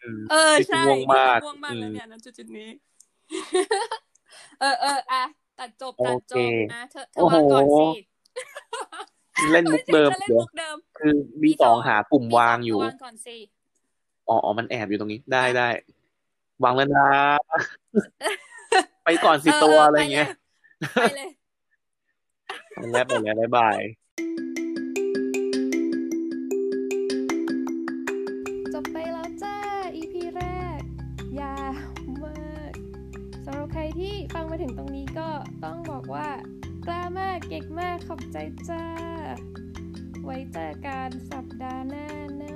[SPEAKER 3] อืม
[SPEAKER 1] เออ
[SPEAKER 3] ติด
[SPEAKER 1] ใช่
[SPEAKER 3] ง่วงมาก
[SPEAKER 1] ง่วงมาก
[SPEAKER 3] อืม
[SPEAKER 1] แล้วเนี่ยนะจุดๆนี้ เออเอออ่ะตัดจบตัดจ
[SPEAKER 3] โอบ เค
[SPEAKER 1] อ่ะเธอเธอวางก่อนสิ
[SPEAKER 3] โอ้โห เล่นมุกเดิม
[SPEAKER 1] จะเล่น
[SPEAKER 3] เดี๋ยว
[SPEAKER 1] มุกเดิม
[SPEAKER 3] คือ
[SPEAKER 1] มี
[SPEAKER 3] มี
[SPEAKER 1] ส
[SPEAKER 3] ส
[SPEAKER 1] อ
[SPEAKER 3] อง งหากลุ่มวางอยู่
[SPEAKER 1] เธวางก่อนสิ
[SPEAKER 3] อ๋ออ๋อมันแอบอยู่ตรงนี้ได้ได้วางแล้ว นะ ไปก่อนสิ
[SPEAKER 1] เออ
[SPEAKER 3] ตั
[SPEAKER 1] เอ
[SPEAKER 3] ว
[SPEAKER 1] อ
[SPEAKER 3] อะไรเงี้ย
[SPEAKER 1] ไปเลยไปเลย
[SPEAKER 3] แล้วไปแล้วบ๊ายบาย
[SPEAKER 1] จบไปแล้วจ้า EP แรก ยาวมากสำหรับใครที่ฟังมาถึงตรงนี้ก็ต้องบอกว่ากล้ามากเก่งมากขอบใจจ้า ไว้เจอกันสัปดาห์หน้านะ